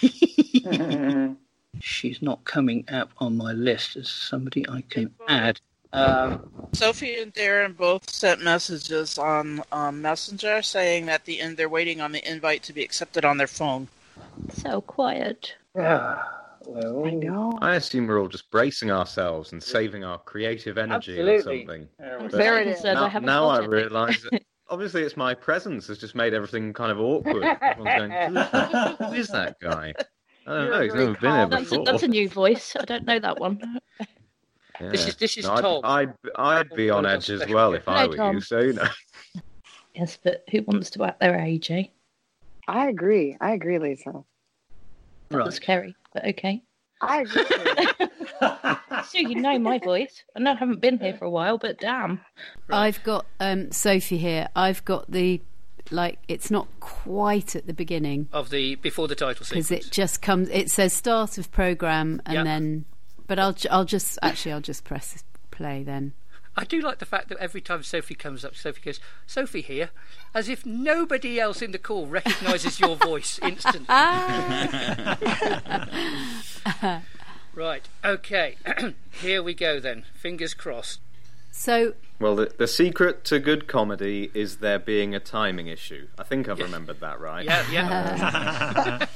Speaker 46: she's not coming up on my list as somebody I can add. Um,
Speaker 21: Sophie and Darren both sent messages on um, Messenger saying that the in, they're waiting on the invite to be accepted on their phone.
Speaker 53: So quiet.
Speaker 21: I know.
Speaker 37: I assume we're all just bracing ourselves and saving our creative energy
Speaker 53: Absolutely.
Speaker 37: or something.
Speaker 53: There we
Speaker 37: But
Speaker 53: go. There it is. I
Speaker 37: Now,
Speaker 53: haven't
Speaker 37: now
Speaker 53: got
Speaker 37: I
Speaker 53: it.
Speaker 37: realise that obviously it's my presence that's just made everything kind of awkward. Everyone's going, who is that guy? I don't know. He's never been here
Speaker 53: That's a,
Speaker 37: before.
Speaker 53: that's a new voice. I don't know that one.
Speaker 37: Yeah.
Speaker 53: is- this is
Speaker 37: I'd,
Speaker 53: Tom.
Speaker 37: I'd, I'd be on edge as well if I
Speaker 53: Hello,
Speaker 37: were
Speaker 53: Tom.
Speaker 37: you. So you know.
Speaker 53: Yes, but who wants to act their age, eh?
Speaker 57: I agree. I agree, Lisa.
Speaker 53: That was Kerry, but okay.
Speaker 58: I agree.
Speaker 53: Sue, you know my voice. I know I haven't been here for a while, but damn.
Speaker 47: I've got um, Sophie here. I've got the like it's not quite at the beginning
Speaker 46: of the before the title
Speaker 47: because
Speaker 46: sequence.
Speaker 47: it just comes. It says start of program and
Speaker 46: Yeah.
Speaker 47: then, but I'll ju- I'll just actually I'll just press play then.
Speaker 46: I do like the fact that every time Sophie comes up, Sophie goes, "Sophie here," as if nobody else in the call recognises your voice instantly. right. Okay. here we go then. Fingers crossed.
Speaker 47: So
Speaker 37: Well, the, the secret to good comedy is there being a timing issue. I think I've remembered that right.
Speaker 46: Yeah, yeah.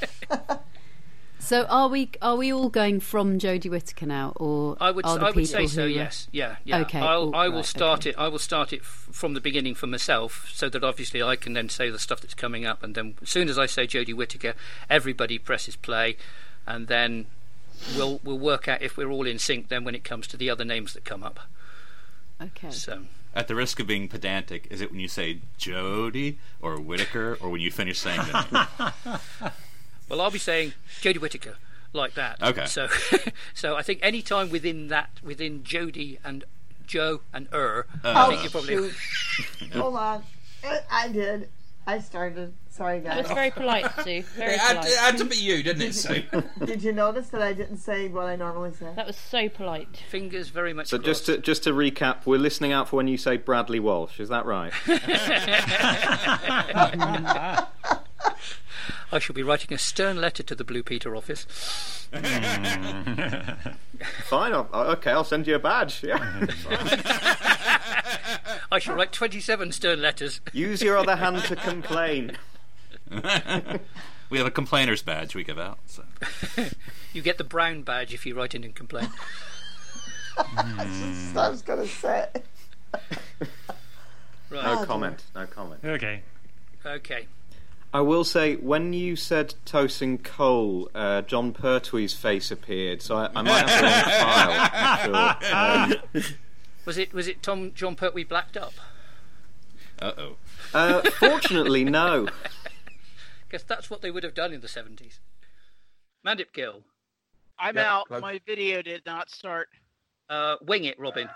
Speaker 47: So are we are we all going from Jodie Whittaker now, or
Speaker 46: I would
Speaker 47: are the
Speaker 46: I would say
Speaker 47: people
Speaker 46: so.
Speaker 47: who are-
Speaker 46: Yes. Yeah. Yeah.
Speaker 47: Okay.
Speaker 46: I'll,
Speaker 47: all
Speaker 46: I will
Speaker 47: right,
Speaker 46: start it. I will start it f- from the beginning for myself, so that obviously I can then say the stuff that's coming up, and then as soon as I say Jodie Whittaker, everybody presses play, and then we'll we'll work out if we're all in sync. Then when it comes to the other names that come up.
Speaker 47: Okay.
Speaker 46: So
Speaker 54: At the risk of being pedantic, is it when you say Jody or Whitaker or when you finish saying the name?
Speaker 46: well, I'll be saying Jodie Whittaker like that.
Speaker 54: Okay.
Speaker 46: So so I think any time within that within Jodie and Joe and Er, I
Speaker 57: Oh,
Speaker 46: think you probably.
Speaker 57: Hold on. I- I did. I started. Sorry, guys.
Speaker 53: That was very polite, Sue. Very
Speaker 30: It had,
Speaker 53: polite.
Speaker 30: it had to be you, didn't it, Sue?
Speaker 57: Did you notice that I didn't say what I normally say?
Speaker 53: That was so polite.
Speaker 46: Fingers very much.
Speaker 37: So just to just to recap, we're listening out for when you say Bradley Walsh. Is that right?
Speaker 46: I shall be writing a stern letter to the Blue Peter office.
Speaker 37: Fine. I'll, I- okay, I'll send you a badge. Yeah.
Speaker 46: I shall write 27 stern letters.
Speaker 37: Use your other hand to complain.
Speaker 54: we have a complainer's badge we give out. So.
Speaker 46: You get the brown badge if you write in and complain.
Speaker 57: I was gonna say.
Speaker 46: Right.
Speaker 37: No comment. No comment.
Speaker 46: Okay. Okay.
Speaker 37: I will say, when you said toasting coal, uh, John Pertwee's face appeared, so I, I might have to file. Sure. Um,
Speaker 46: Was it was it Tom John Pertwee blacked up?
Speaker 54: Uh oh.
Speaker 37: Uh, fortunately, no.
Speaker 46: Because that's what they would have done in the 70s. Mandip Gill.
Speaker 59: I'm
Speaker 46: Yeah,
Speaker 59: out.
Speaker 46: plug.
Speaker 59: My video did not start.
Speaker 46: Uh, wing it, Robin.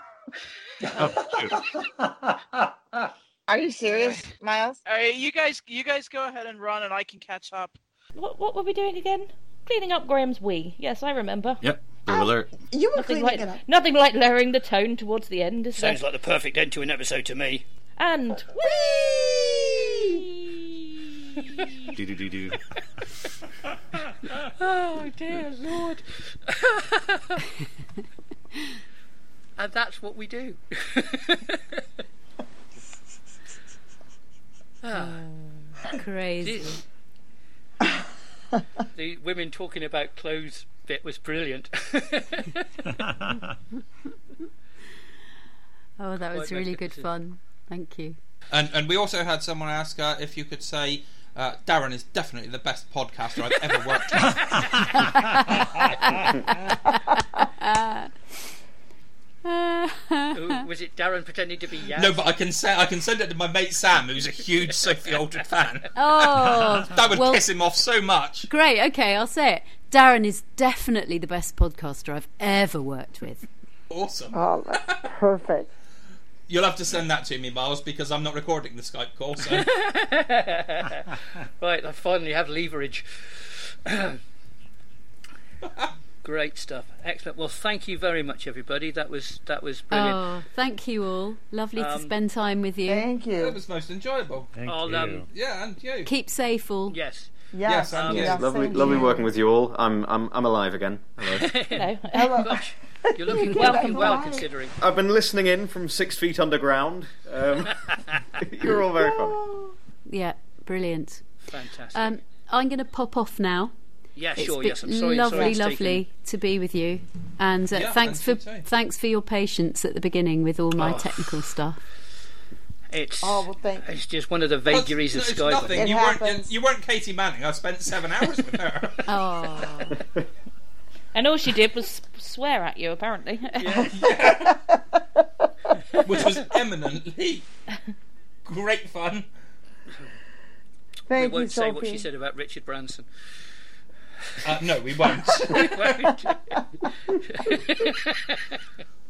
Speaker 59: Are you serious, Miles? All right, you guys, you guys go ahead and run, and I can catch up.
Speaker 53: What what were we doing again? Cleaning up Graham's wee. Yes, I remember.
Speaker 54: Yep. Blue
Speaker 53: Ah.
Speaker 54: alert.
Speaker 57: You were
Speaker 53: Nothing
Speaker 46: cleaning
Speaker 53: like
Speaker 46: it up.
Speaker 53: nothing like lowering the tone towards the end, is
Speaker 46: Sounds
Speaker 53: there?
Speaker 46: like the perfect end to an episode to me.
Speaker 53: And
Speaker 54: Do do do do.
Speaker 46: oh dear lord. and that's what we do. Ah,
Speaker 47: Crazy.
Speaker 46: jeez. the women talking about clothes bit was brilliant.
Speaker 55: Oh, that was
Speaker 46: Quite
Speaker 55: really good
Speaker 46: magnificent.
Speaker 55: fun. Thank you.
Speaker 30: And and we also had someone ask uh, if you could say uh, Darren is definitely the best podcaster I've ever worked with.
Speaker 46: Ooh, was it Darren pretending to be Yaz?
Speaker 30: no, but I can say I can send it to my mate Sam, who's a huge Sophie Aldred fan.
Speaker 47: Oh,
Speaker 30: that would piss him off so much.
Speaker 47: Great. Okay, I'll say it.
Speaker 55: Darren is definitely the best podcaster I've ever worked with.
Speaker 30: Awesome.
Speaker 58: Oh, that's perfect.
Speaker 30: You'll have to send that to me, Miles, because I'm not recording the Skype call. So
Speaker 46: right, I finally have leverage. Great stuff. Excellent. Well, thank you very much, everybody. That was that was brilliant.
Speaker 55: Oh, thank you all. Lovely to
Speaker 46: Um,
Speaker 55: spend time with you.
Speaker 57: Thank you.
Speaker 30: It was most enjoyable.
Speaker 46: I'll, Um,
Speaker 30: yeah, and you.
Speaker 55: Keep safe, all.
Speaker 46: Yes.
Speaker 30: Yes, Yes, and yes. yes,
Speaker 37: lovely,
Speaker 30: and
Speaker 37: lovely
Speaker 30: yes.
Speaker 37: working with you all. I'm, I'm, I'm alive again. Hello.
Speaker 46: Gosh, you're looking welcome, well considering.
Speaker 37: I've been listening in from six feet underground. Um, you're all very funny.
Speaker 55: Yeah, brilliant.
Speaker 46: Fantastic.
Speaker 55: Um, I'm going to pop off now.
Speaker 46: Yeah,
Speaker 55: It's
Speaker 46: sure,
Speaker 55: been
Speaker 46: yes, I'm sorry-
Speaker 55: Lovely,
Speaker 46: sorry it's
Speaker 55: lovely to be with you, and uh,
Speaker 46: Yeah,
Speaker 55: thanks for
Speaker 47: thank you too.
Speaker 55: thanks for your patience at the beginning with all my
Speaker 46: Oh.
Speaker 55: technical stuff.
Speaker 46: it's
Speaker 57: oh, well, thank
Speaker 46: it's just one of the vagaries of
Speaker 30: It's
Speaker 46: Skype.
Speaker 30: nothing. you weren't you weren't Katie Manning. I spent seven hours with her.
Speaker 55: Oh.
Speaker 53: and all she did was swear at you apparently.
Speaker 30: which was eminently great fun.
Speaker 47: we won't say what she said about Richard Branson.
Speaker 55: Uh, no, we won't.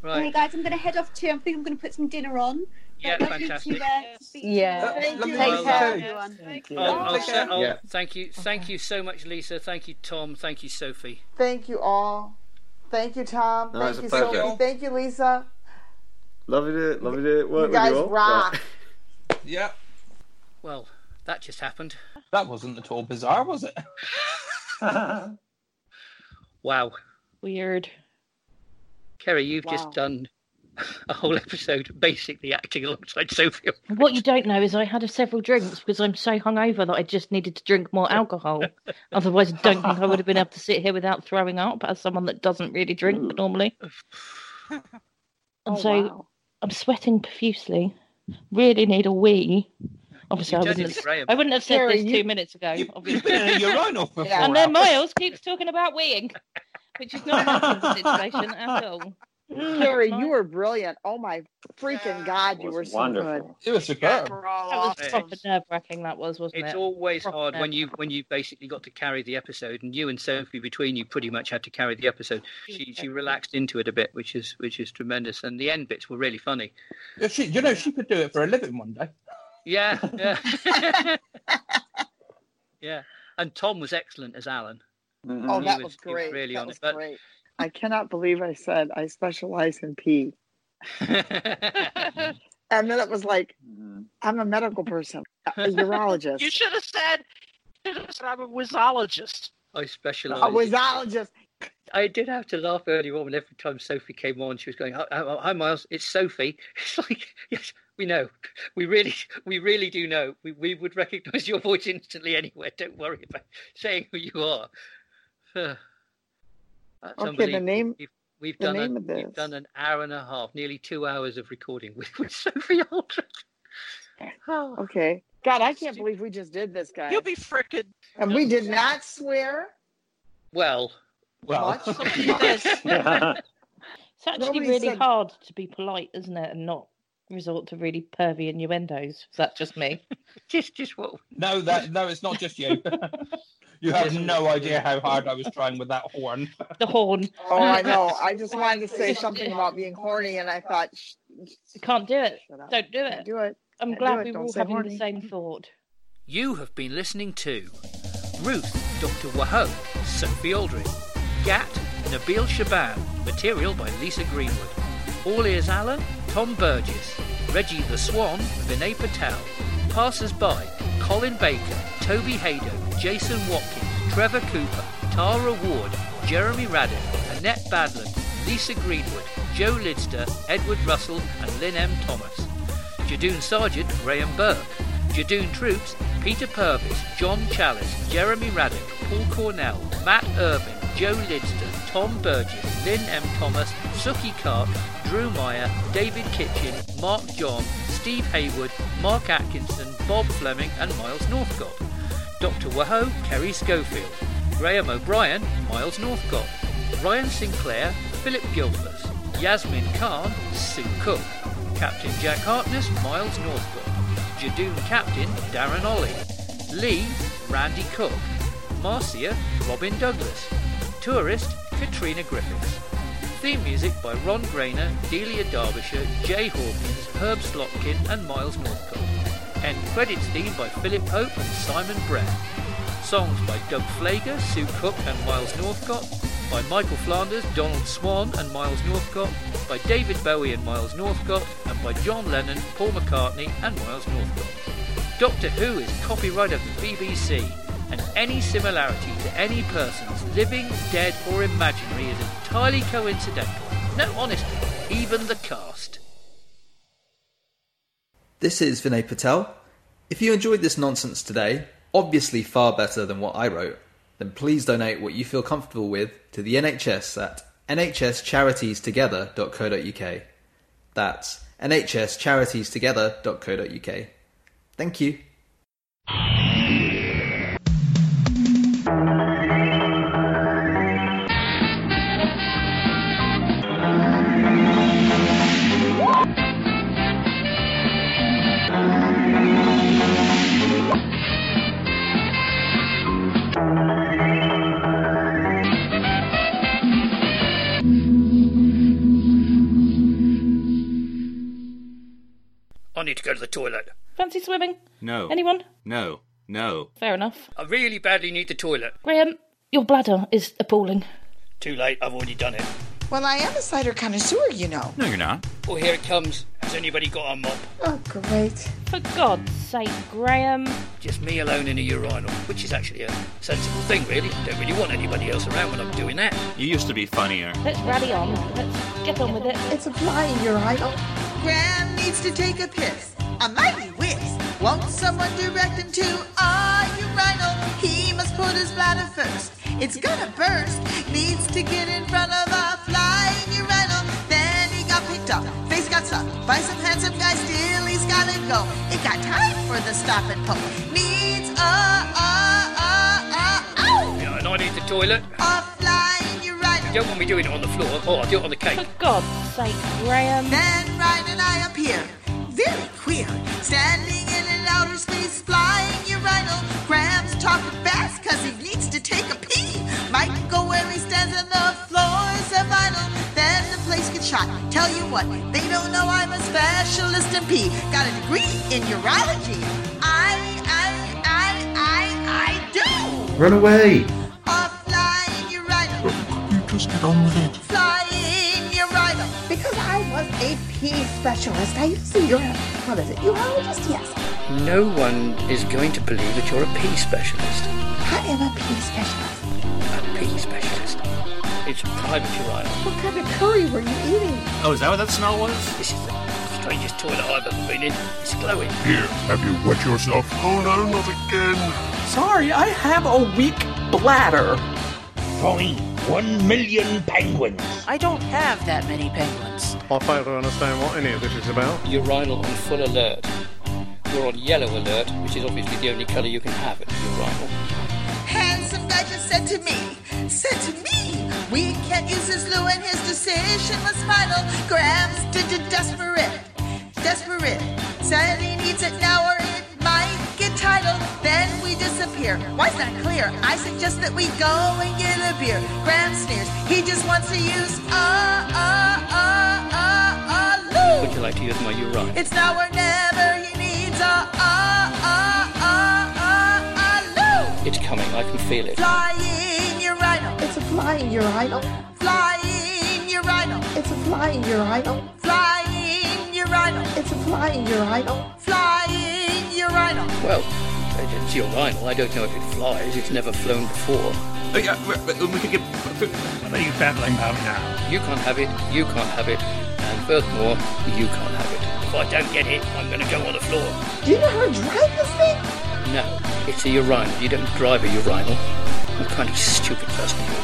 Speaker 50: Hey guys, I'm going to head off too. I think I'm going to put some dinner on.
Speaker 46: Yeah, fantastic.
Speaker 57: Yeah.
Speaker 46: Thank you.
Speaker 57: Take care,
Speaker 46: Well, uh,
Speaker 57: everyone. Thank you.
Speaker 46: I'll- I'll
Speaker 57: Take
Speaker 46: say-
Speaker 57: care.
Speaker 46: I'll-
Speaker 57: Yeah.
Speaker 46: Thank you, thank you so much, Lisa. Thank you, Tom. Thank you, Sophie.
Speaker 18: Thank you all. Thank you, Tom.
Speaker 46: No,
Speaker 18: Thank
Speaker 46: it's a
Speaker 18: you,
Speaker 46: pleasure.
Speaker 18: Sophie. Thank you, Lisa.
Speaker 37: Love it, love
Speaker 18: you
Speaker 37: it. Work with
Speaker 18: guys
Speaker 37: you all.
Speaker 18: rock.
Speaker 55: yeah.
Speaker 46: Well, that just happened.
Speaker 55: That wasn't at all bizarre, was it?
Speaker 46: Wow.
Speaker 53: Weird.
Speaker 46: Kerry, you've just
Speaker 53: Wow.
Speaker 46: done a whole episode basically acting alongside Sophie.
Speaker 53: What you don't know is I had several drinks because I'm so hungover that I just needed to drink more alcohol. Otherwise, I don't think I would have been able to sit here without throwing up as someone that doesn't really drink normally. And
Speaker 8: Oh,
Speaker 53: so
Speaker 8: wow.
Speaker 53: I'm sweating profusely. Really need a wee. Obviously,
Speaker 8: You
Speaker 53: I
Speaker 8: don't
Speaker 53: wouldn't,
Speaker 8: need
Speaker 53: have,
Speaker 8: to Graham.
Speaker 53: I wouldn't have said
Speaker 8: Sarah,
Speaker 53: this
Speaker 8: you-
Speaker 53: two minutes ago. obviously.
Speaker 8: been in a urinal for four
Speaker 53: And then
Speaker 8: hours.
Speaker 53: Miles keeps talking about weeing, which is not a good situation at all.
Speaker 57: Carrie, you were brilliant. Oh my freaking god, you were so good.
Speaker 55: It was
Speaker 46: superb.
Speaker 53: That was proper nerve wracking. That was, wasn't it?
Speaker 46: It's always
Speaker 53: Proper
Speaker 46: hard when
Speaker 53: nerve-
Speaker 46: you when you basically got to carry the episode, and you and Sophie between you pretty much had to carry the episode. She she relaxed into it a bit, which is which is tremendous, and the end bits were really funny.
Speaker 55: Yeah, she, you know, she could do it for a living one day.
Speaker 46: Yeah, yeah, yeah. And Tom was excellent as Alan.
Speaker 57: Oh,
Speaker 46: He
Speaker 57: that was
Speaker 46: he
Speaker 57: great.
Speaker 46: Really
Speaker 57: That
Speaker 46: on
Speaker 57: was
Speaker 46: it, but
Speaker 57: I cannot believe I said I specialize in pee. and then it was like, I'm a medical person, a urologist.
Speaker 8: Mm-hmm. You should have said, should have said I'm a wisologist.
Speaker 46: I
Speaker 57: a
Speaker 46: specialise.
Speaker 57: wisologist.
Speaker 46: I did have to laugh earlier on when every time Sophie came on, she was going, "Hi, hi, hi, Miles, it's Sophie." It's like, yes, we know, we really, we really do know. We we would recognise your voice instantly anywhere. Don't worry about saying who you are. That's
Speaker 57: Okay, the
Speaker 46: unbelievable.
Speaker 57: name-
Speaker 46: We've, we've
Speaker 57: the
Speaker 46: done
Speaker 57: name
Speaker 46: a,
Speaker 57: of
Speaker 46: we've
Speaker 57: this.
Speaker 46: done an hour and a half, nearly two hours of recording with, with Sophie Aldrich.
Speaker 57: Okay. God, I can't believe we just did this, guys.
Speaker 8: Oh. You'll be frickin'
Speaker 57: And we did not swear.
Speaker 46: Well,
Speaker 55: well,
Speaker 53: It's actually
Speaker 57: Nobody
Speaker 53: really
Speaker 57: said-
Speaker 53: hard to be polite, isn't it, and not resort to really pervy innuendos. Is that just me?
Speaker 46: just, just what?
Speaker 55: No, that no, it's not just you. you have no idea how hard I was trying with that horn.
Speaker 53: The horn.
Speaker 57: Oh, I know. I just wanted to say something about being horny, and I thought, sh-
Speaker 53: can't do it.
Speaker 57: Shut up.
Speaker 53: Don't do it.
Speaker 57: do it.
Speaker 53: I'm
Speaker 57: Don't do
Speaker 53: glad
Speaker 57: it.
Speaker 53: we were
Speaker 57: Don't
Speaker 53: all
Speaker 57: say
Speaker 53: having
Speaker 57: horny.
Speaker 53: the same thought.
Speaker 46: You have been listening to Ruth, Dr. Waho, Sophie Aldrin, Gat, Nabil Shaban, material by Lisa Greenwood. All ears Alan, Tom Burgess, Reggie the Swan, Vinay Patel, Passers By, Colin Baker, Toby Haydo, Jason Watkins, Trevor Cooper, Tara Ward, Jeremy Raddick, Annette Badland, Lisa Greenwood, Joe Lidster, Edward Russell, and Lynn M. Thomas. Jadoon Sergeant Graham Burke, Jadoon Troops Peter Purvis, John Chalice, Jeremy Raddick, Paul Cornell, Matt Irvin, Joe Lidston, Tom Burgess, Lynn M. Thomas, Suki Clark, Drew Meyer, David Kitchen, Mark John, Steve Haywood, Mark Atkinson, Bob Fleming, and Miles Northcott. Dr. Waho, Kerry Schofield, Graham O'Brien, Miles Northcott, Ryan Sinclair, Philip Gilvers, Yasmin Khan, Sue Cook, Captain Jack Hartness, Miles Northcott, Jadoon Captain, Darren Ollie, Lee, Randy Cook, Marcia, Robin Douglas, Tourist, Katrina Griffiths. Theme music by Ron Grainer, Delia Derbyshire, Jay Hawkins, Herb Slotkin, and Miles Northcott. End credits theme by Philip Hope and Simon Brett. Songs by Doug Flager, Sue Cook, and Miles Northcott. By Michael Flanders, Donald Swan, and Miles Northcott. By David Bowie and Miles Northcott. And by John Lennon, Paul McCartney, and Miles Northcott. Doctor Who is copyright of the BBC, and any similarity to any persons, living, dead, or imaginary, is entirely coincidental. No, honestly, even the cast.
Speaker 50: This is Vinay Patel. If you enjoyed this nonsense today, obviously far better than what I wrote, then please donate what you feel comfortable with to the NHS at nhscharitiestegether.co.uk. That's nhscharitiestegether.co.uk. Thank you.
Speaker 8: Thank you.
Speaker 46: I need to go to the toilet.
Speaker 53: Fancy swimming?
Speaker 49: No.
Speaker 53: Anyone?
Speaker 49: No. No.
Speaker 53: Fair enough.
Speaker 46: I really badly need the toilet.
Speaker 53: Graham, your bladder is appalling.
Speaker 46: Too late, I've already done it.
Speaker 18: Well, I am a cider connoisseur, you know.
Speaker 49: you're not.
Speaker 46: Oh, here it comes. Has anybody got a mop?
Speaker 18: Oh, great.
Speaker 53: For God's sake, Graham.
Speaker 46: Just me alone in a urinal, which is actually a sensible thing, really. Don't really want anybody else around when I'm doing that.
Speaker 49: You used to be funnier.
Speaker 53: Let's rally on. Let's get on with it.
Speaker 18: It's a fly in your idol.
Speaker 51: Oh. Graham needs to take a piss. A mighty whiz. Won't someone direct him to our urinal? oh, He must put his bladder first. It's gonna burst. Needs to get in front of a flying urinal. Then he got picked up. Face got sucked by some handsome guy. Still he's gotta go. It got time for the stop and poke. Needs uh, a a a a uh, ow!
Speaker 46: Yeah, and I need the toilet.
Speaker 51: A flying urinal.
Speaker 46: You don't want me doing it on the floor. Oh, I'll do it on the cake.
Speaker 53: God's sake, Graham.
Speaker 51: Then Ryan and I appear, very queer, standing in an outer space, flying urinal. Graham's talking fast 'cause he needs to take a pee. Mike can go where he stands on the floor is a vinyl. Then the place gets shot. Tell you what, they don't know I'm a specialist in pee. Got a degree in urology. I, I, I, I, I do. Run away! A flying urinal, You just get on with it. flying urinal.
Speaker 18: Because I was a pee specialist. I used to, ur- what is it, urologist? Yes.
Speaker 46: No one is going to believe that you're a pee specialist.
Speaker 18: I am a pee specialist.
Speaker 46: A pee specialist. It's a private urinal.
Speaker 18: What kind of curry were you eating?
Speaker 49: Oh, is that what that smell was?
Speaker 46: This is the strangest toilet I've ever been in. It's glowing.
Speaker 1: Here, have you wet yourself? Oh no, not again.
Speaker 10: Sorry, I have a weak bladder.
Speaker 30: Fine. One million penguins.
Speaker 21: I don't have that many penguins.
Speaker 37: I fail to understand what any of this is about.
Speaker 46: Urinal on full alert. You're on yellow alert, which is obviously the only colour you can have at a urinal.
Speaker 51: Handsome guy just said to me, said to me, we can't use his loo and his decision was final. Graham's did it desperate, desperate. Said he needs it now or it might get titled. Then we disappear. Why's not clear? I suggest that we go and get a beer. Graham sneers. He just wants to use uh, a a a a a loo.
Speaker 46: Would you like to use my urinal?
Speaker 51: It's now or never. He needs a a a a a a loo.
Speaker 46: It's coming, I can feel it.
Speaker 51: Flying urinal.
Speaker 18: It's a fly in your idol.
Speaker 51: Flying urinal.
Speaker 18: It's a fly in your idol.
Speaker 51: Flying urinal.
Speaker 18: It's a fly in your idol.
Speaker 51: Flying urinal.
Speaker 46: Well, it's urinal. I don't know if it flies, it's never flown before.
Speaker 49: Oh, yeah, we- we we could get. What are you babbling about now?
Speaker 46: You can't have it, you can't have it, and furthermore, you can't have it. If I don't get it, I'm going to go on the floor.
Speaker 18: Do you know how to drive this thing?
Speaker 46: No, it's a urinal. You don't drive a urinal. What kind of stupid person are you?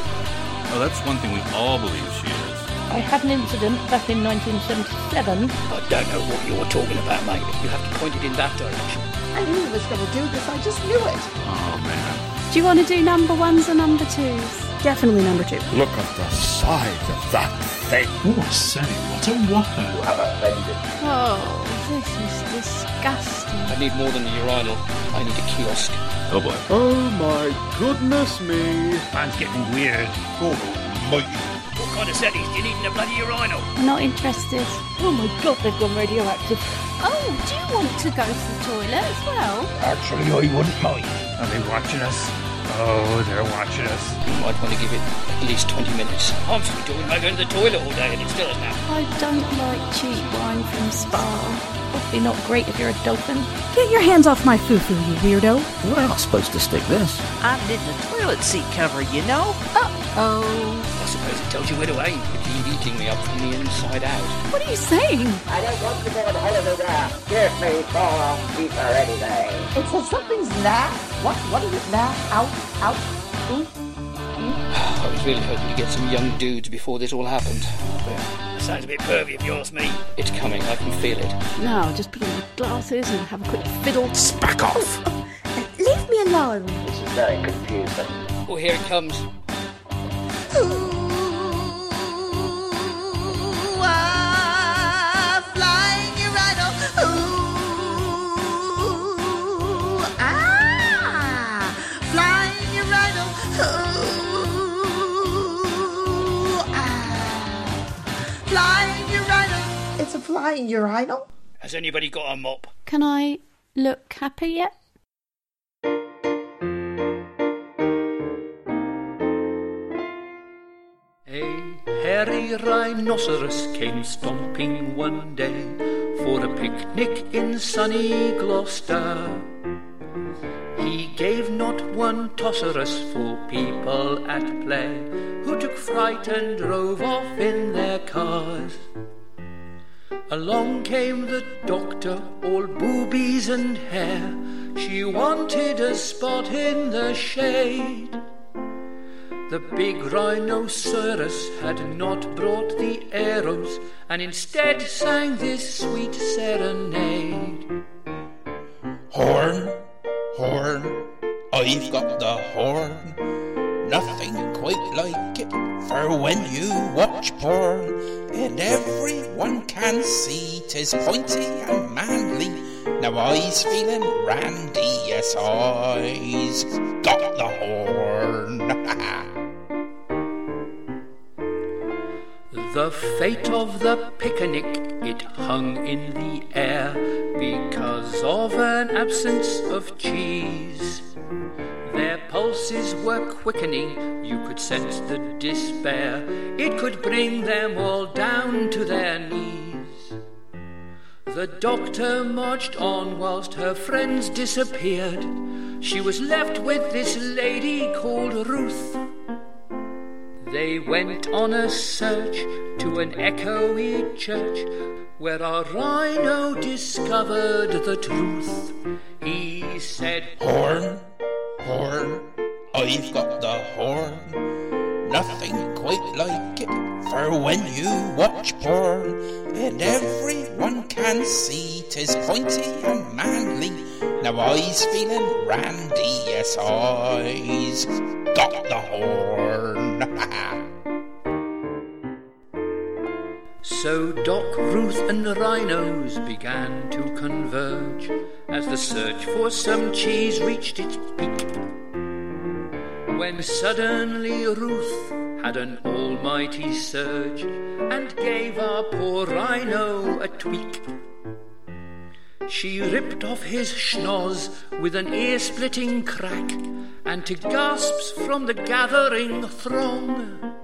Speaker 49: Oh, that's one thing we all believe she
Speaker 30: Oh,
Speaker 49: is.
Speaker 53: I had an incident back in 1977.
Speaker 46: I don't know what you're talking about, mate. You have to point it in that direction.
Speaker 18: I knew he was going to do this. I just knew it.
Speaker 49: Oh man.
Speaker 57: Do you want to do number ones or number twos? Definitely number two.
Speaker 1: Look at the size of that thing. Oh, say, what a whopper.
Speaker 51: I'm offended.
Speaker 57: Oh, this is disgusting.
Speaker 46: I need more than a urinal. I need a kiosk.
Speaker 49: Oh boy.
Speaker 10: Oh my goodness me.
Speaker 49: Man's getting weird.
Speaker 46: What kind of settings do you need in a bloody urinal?
Speaker 57: I'm not interested.
Speaker 53: Oh my god, they've gone radioactive.
Speaker 47: Oh, do you want to go to the toilet as well?
Speaker 30: Actually, I wouldn't mind.
Speaker 14: Are they watching us? Oh, they're watching us.
Speaker 46: You might want to give it at least 20 minutes. I'm still doing my going to the toilet all day and it's still a nap.
Speaker 47: I don't like cheap wine from Spa.
Speaker 53: Probably not great if you're a dolphin.
Speaker 22: Get your hands off my foo-foo, you weirdo.
Speaker 51: We're not supposed to stick this.
Speaker 21: I did the toilet seat cover, you know?
Speaker 47: Oh,
Speaker 46: I suppose it tells you where to aim. It's eating me up from the inside out.
Speaker 47: what are you saying?
Speaker 51: I don't want to go on holiday now. Give me four feet or anything.
Speaker 18: It says something's nah. What? What is it nah? Out, out. Ooh.
Speaker 46: I was really hoping to get some young dudes before this all happened. But
Speaker 30: Sounds a bit pervy if you ask me.
Speaker 46: it's coming. I can feel it.
Speaker 2: No, just put on your glasses and have a quick fiddle.
Speaker 51: Back off.
Speaker 22: Leave me alone.
Speaker 51: This is very confusing.
Speaker 46: Oh, here it comes.
Speaker 51: Ooh, ah, flying urinal. Ooh, ah, flying urinal. Ooh, ah, flying urinal.
Speaker 18: It's a fly in your idol.
Speaker 49: Has anybody got a mop?
Speaker 47: Can I look happy yet?
Speaker 46: Hairy rhinoceros came stomping one day for a picnic in sunny Gloucester. He gave not one tosserus for people at play who took fright and drove off in their cars. Along came the doctor, all boobies and hair. She wanted a spot in the shade. The big rhinoceros had not brought the arrows and instead sang this sweet serenade.
Speaker 30: Horn, horn, I've got the horn. Nothing quite like it for when you watch porn. And everyone can see 'tis pointy and manly. Now I's feeling randy, yes, I's got the horn.
Speaker 46: The fate of the picnic, it hung in the air because of an absence of cheese. Their pulses were quickening, you could sense the despair. It could bring them all down to their knees. The doctor marched on whilst her friends disappeared. She was left with this lady called Ruth. They went on a search to an echoey church where our rhino discovered the truth. He said,
Speaker 30: Horn, horn, I've got the horn. Nothing quite like it for when you watch porn. And everyone can see 'tis pointy and manly. Now I's feeling randy, yes, I's got the horn.
Speaker 46: So Doc, Ruth, and the rhinos began to converge as the search for some cheese reached its peak. When suddenly Ruth had an almighty surge and gave our poor rhino a tweak. She ripped off his schnoz with an ear splitting crack and to gasps from the gathering throng.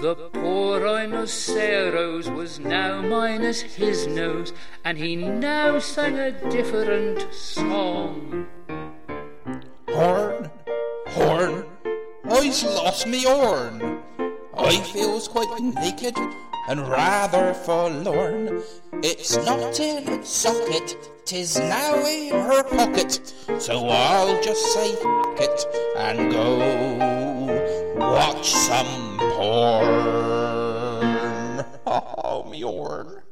Speaker 46: The poor rhinoceros was now minus his nose, and he now sang a different song.
Speaker 30: Horn, horn, I's lost me horn. I feels quite naked and rather forlorn. It's not in its socket, 'tis now in her pocket. So I'll just say f it and go watch some porn. Oh, me horn.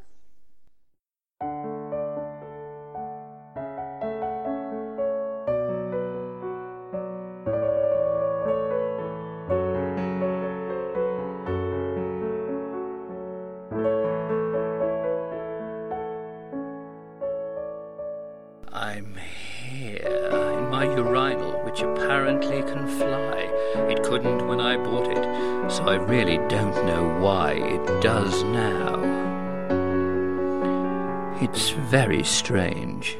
Speaker 46: I'm here in my urinal, which apparently can fly. It couldn't when I bought it, so I really don't know why it does now. It's very strange.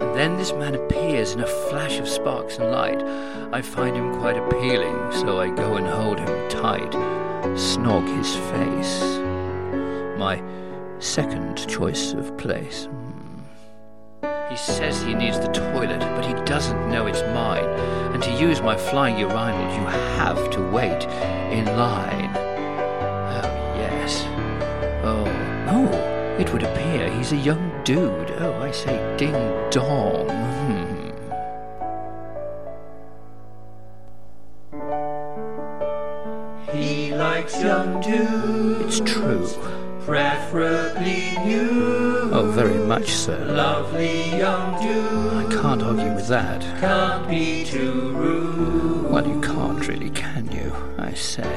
Speaker 46: And then this man appears in a flash of sparks and light. I find him quite appealing, so I go and hold him tight, snog his face. My second choice of place. He says he needs the toilet, but he doesn't know it's mine. And to use my flying urinal, you have to wait in line. Oh, yes. Oh, oh, it would appear he's a young dude. Oh, I say ding dong. Hmm. He likes young dudes. It's true. Preferably new. Oh, very much so. Lovely young I dude. can't argue with that. Can't be too rude. Well, you can't really, can you? I say.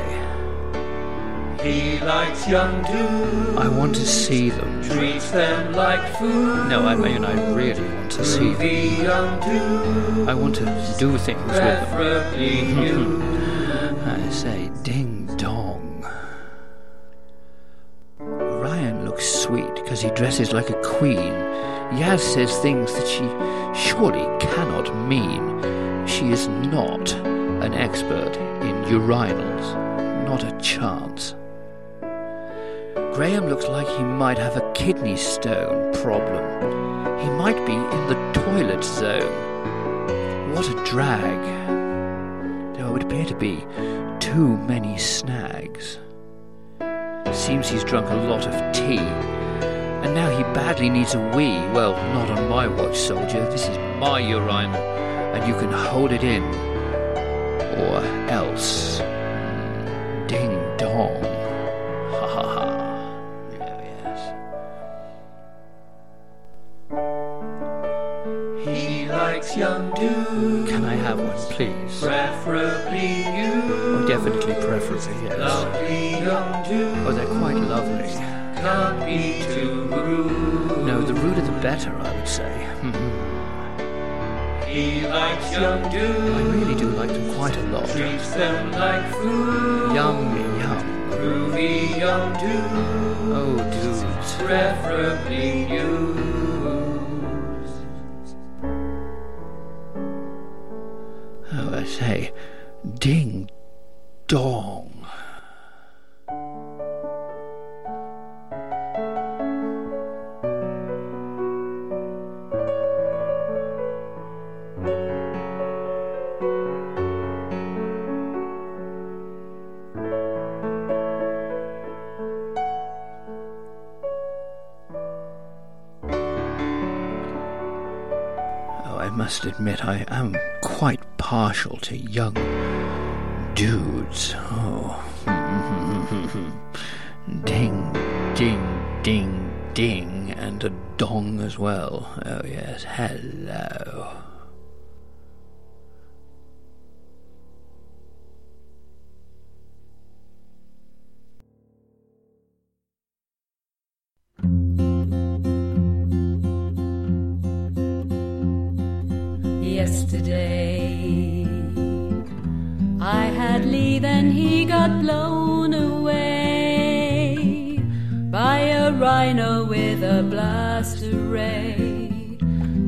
Speaker 46: He likes young dudes. I want to see them. Treats them like food. No, I mean, I really want to see them. Groovy young dude. I want to do things with them. Hmm. Preferably you. I say ding dong. Ryan looks sweet he dresses like a queen. Yaz says things that she surely cannot mean. She is not an expert in urinals. Not a chance. Graham looks like he might have a kidney stone problem. He might be in the toilet zone. What a drag. There would appear to be too many snags. Seems he's drunk a lot of tea. And now he badly needs a wee. Well, not on my watch, soldier. This is my urinal, and you can hold it in. Or else. hmm, Ding dong. Ha ha ha. He likes young dudes. Can I have one, please? Preferably you. Oh, definitely preferably, yes. Lovely young dudes. Oh, they're quite lovely. Can't be too rude. No, the hmm, ruder the better, I would say. he likes young dudes. I really do like them quite a lot. Treats them like food. Yum, yum. Groovy young dudes. Oh, dudes. Preferably you. Oh, I say, ding dong. Oh, I must admit, I am quite partial to young dudes. Oh. ding, ding, ding, ding, and a dong as well. Oh, yes. Hello.
Speaker 55: Yesterday, I had Lee, then he got blown away by a rhino with a blaster ray,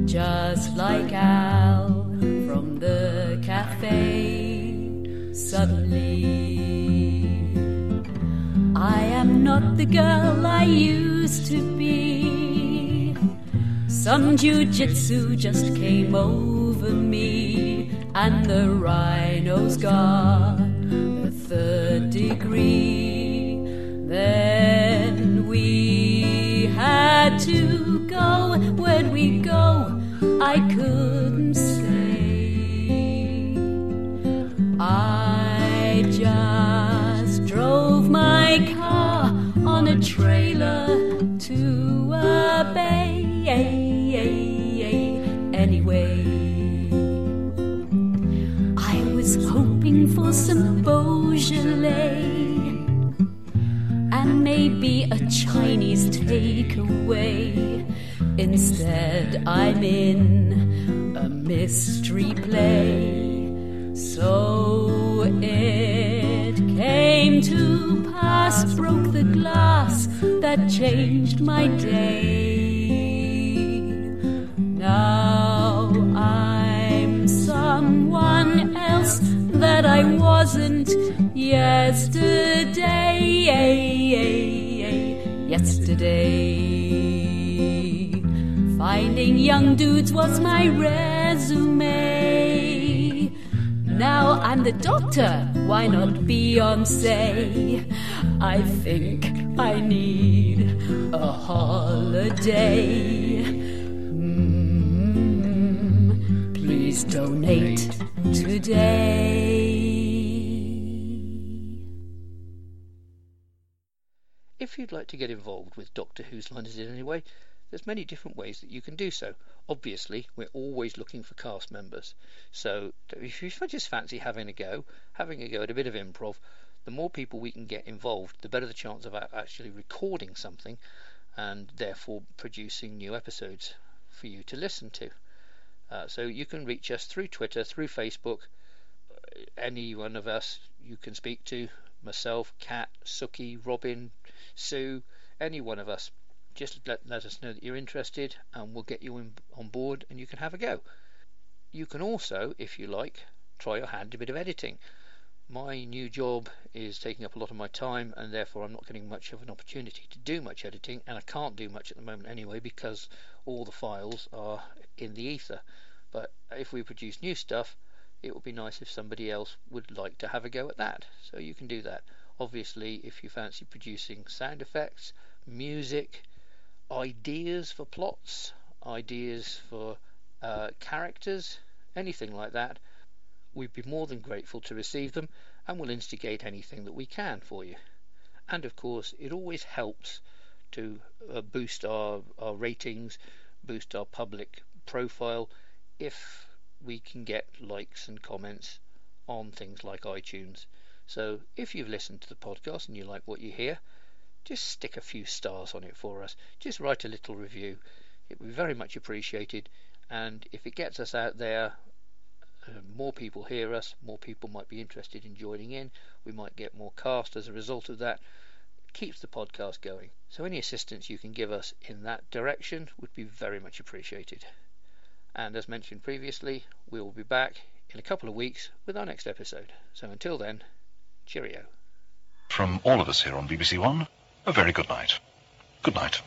Speaker 55: just like Al from the cafe. Suddenly, I am not the girl I used to be. Some jujitsu just came over me, and the rhino's got a third degree. Then we had to go. Where'd we go? I couldn't say. I just drove my car on a trailer to a bay. Anyway, I was hoping for some Beaujolais and maybe a Chinese takeaway. Instead, I'm in a mystery play. So it came to pass, broke the glass that changed my day. Now I'm someone else that I wasn't yesterday. Yesterday, finding young dudes was my resume. Now I'm the doctor, why not Beyonce? I think I need a holiday. Mm, please donate today.
Speaker 46: If you'd like to get involved with Doctor Who's Line Is It Anyway, there's many different ways that you can do so. Obviously, we're always looking for cast members. So if you just fancy having a go, having a go at a bit of improv, the more people we can get involved, the better the chance of a- actually recording something and therefore producing new episodes for you to listen to. Uh, so you can reach us through Twitter, through Facebook, uh, any one of us you can speak to myself, Kat, Suki, Robin, Sue, any one of us. Just let, let us know that you're interested, and we'll get you in, on board, and you can have a go. You can also, if you like, try your hand at a bit of editing. My new job is taking up a lot of my time, and therefore I'm not getting much of an opportunity to do much editing, and I can't do much at the moment anyway because all the files are in the ether. But if we produce new stuff, it would be nice if somebody else would like to have a go at that. So you can do that. Obviously, if you fancy producing sound effects, music, ideas for plots, ideas for uh, characters, anything like that, we'd be more than grateful to receive them and will instigate anything that we can for you. And of course, it always helps to uh, boost our, our ratings, boost our public profile if we can get likes and comments on things like iTunes. So if you've listened to the podcast and you like what you hear, just stick a few stars on it for us. Just write a little review. It would be very much appreciated. And if it gets us out there, uh, more people hear us, more people might be interested in joining in. We might get more cast as a result of that. It keeps the podcast going. So any assistance you can give us in that direction would be very much appreciated. And as mentioned previously, we will be back in a couple of weeks with our next episode. So until then, cheerio.
Speaker 54: From all of us here on BBC One, a very good night. Good night.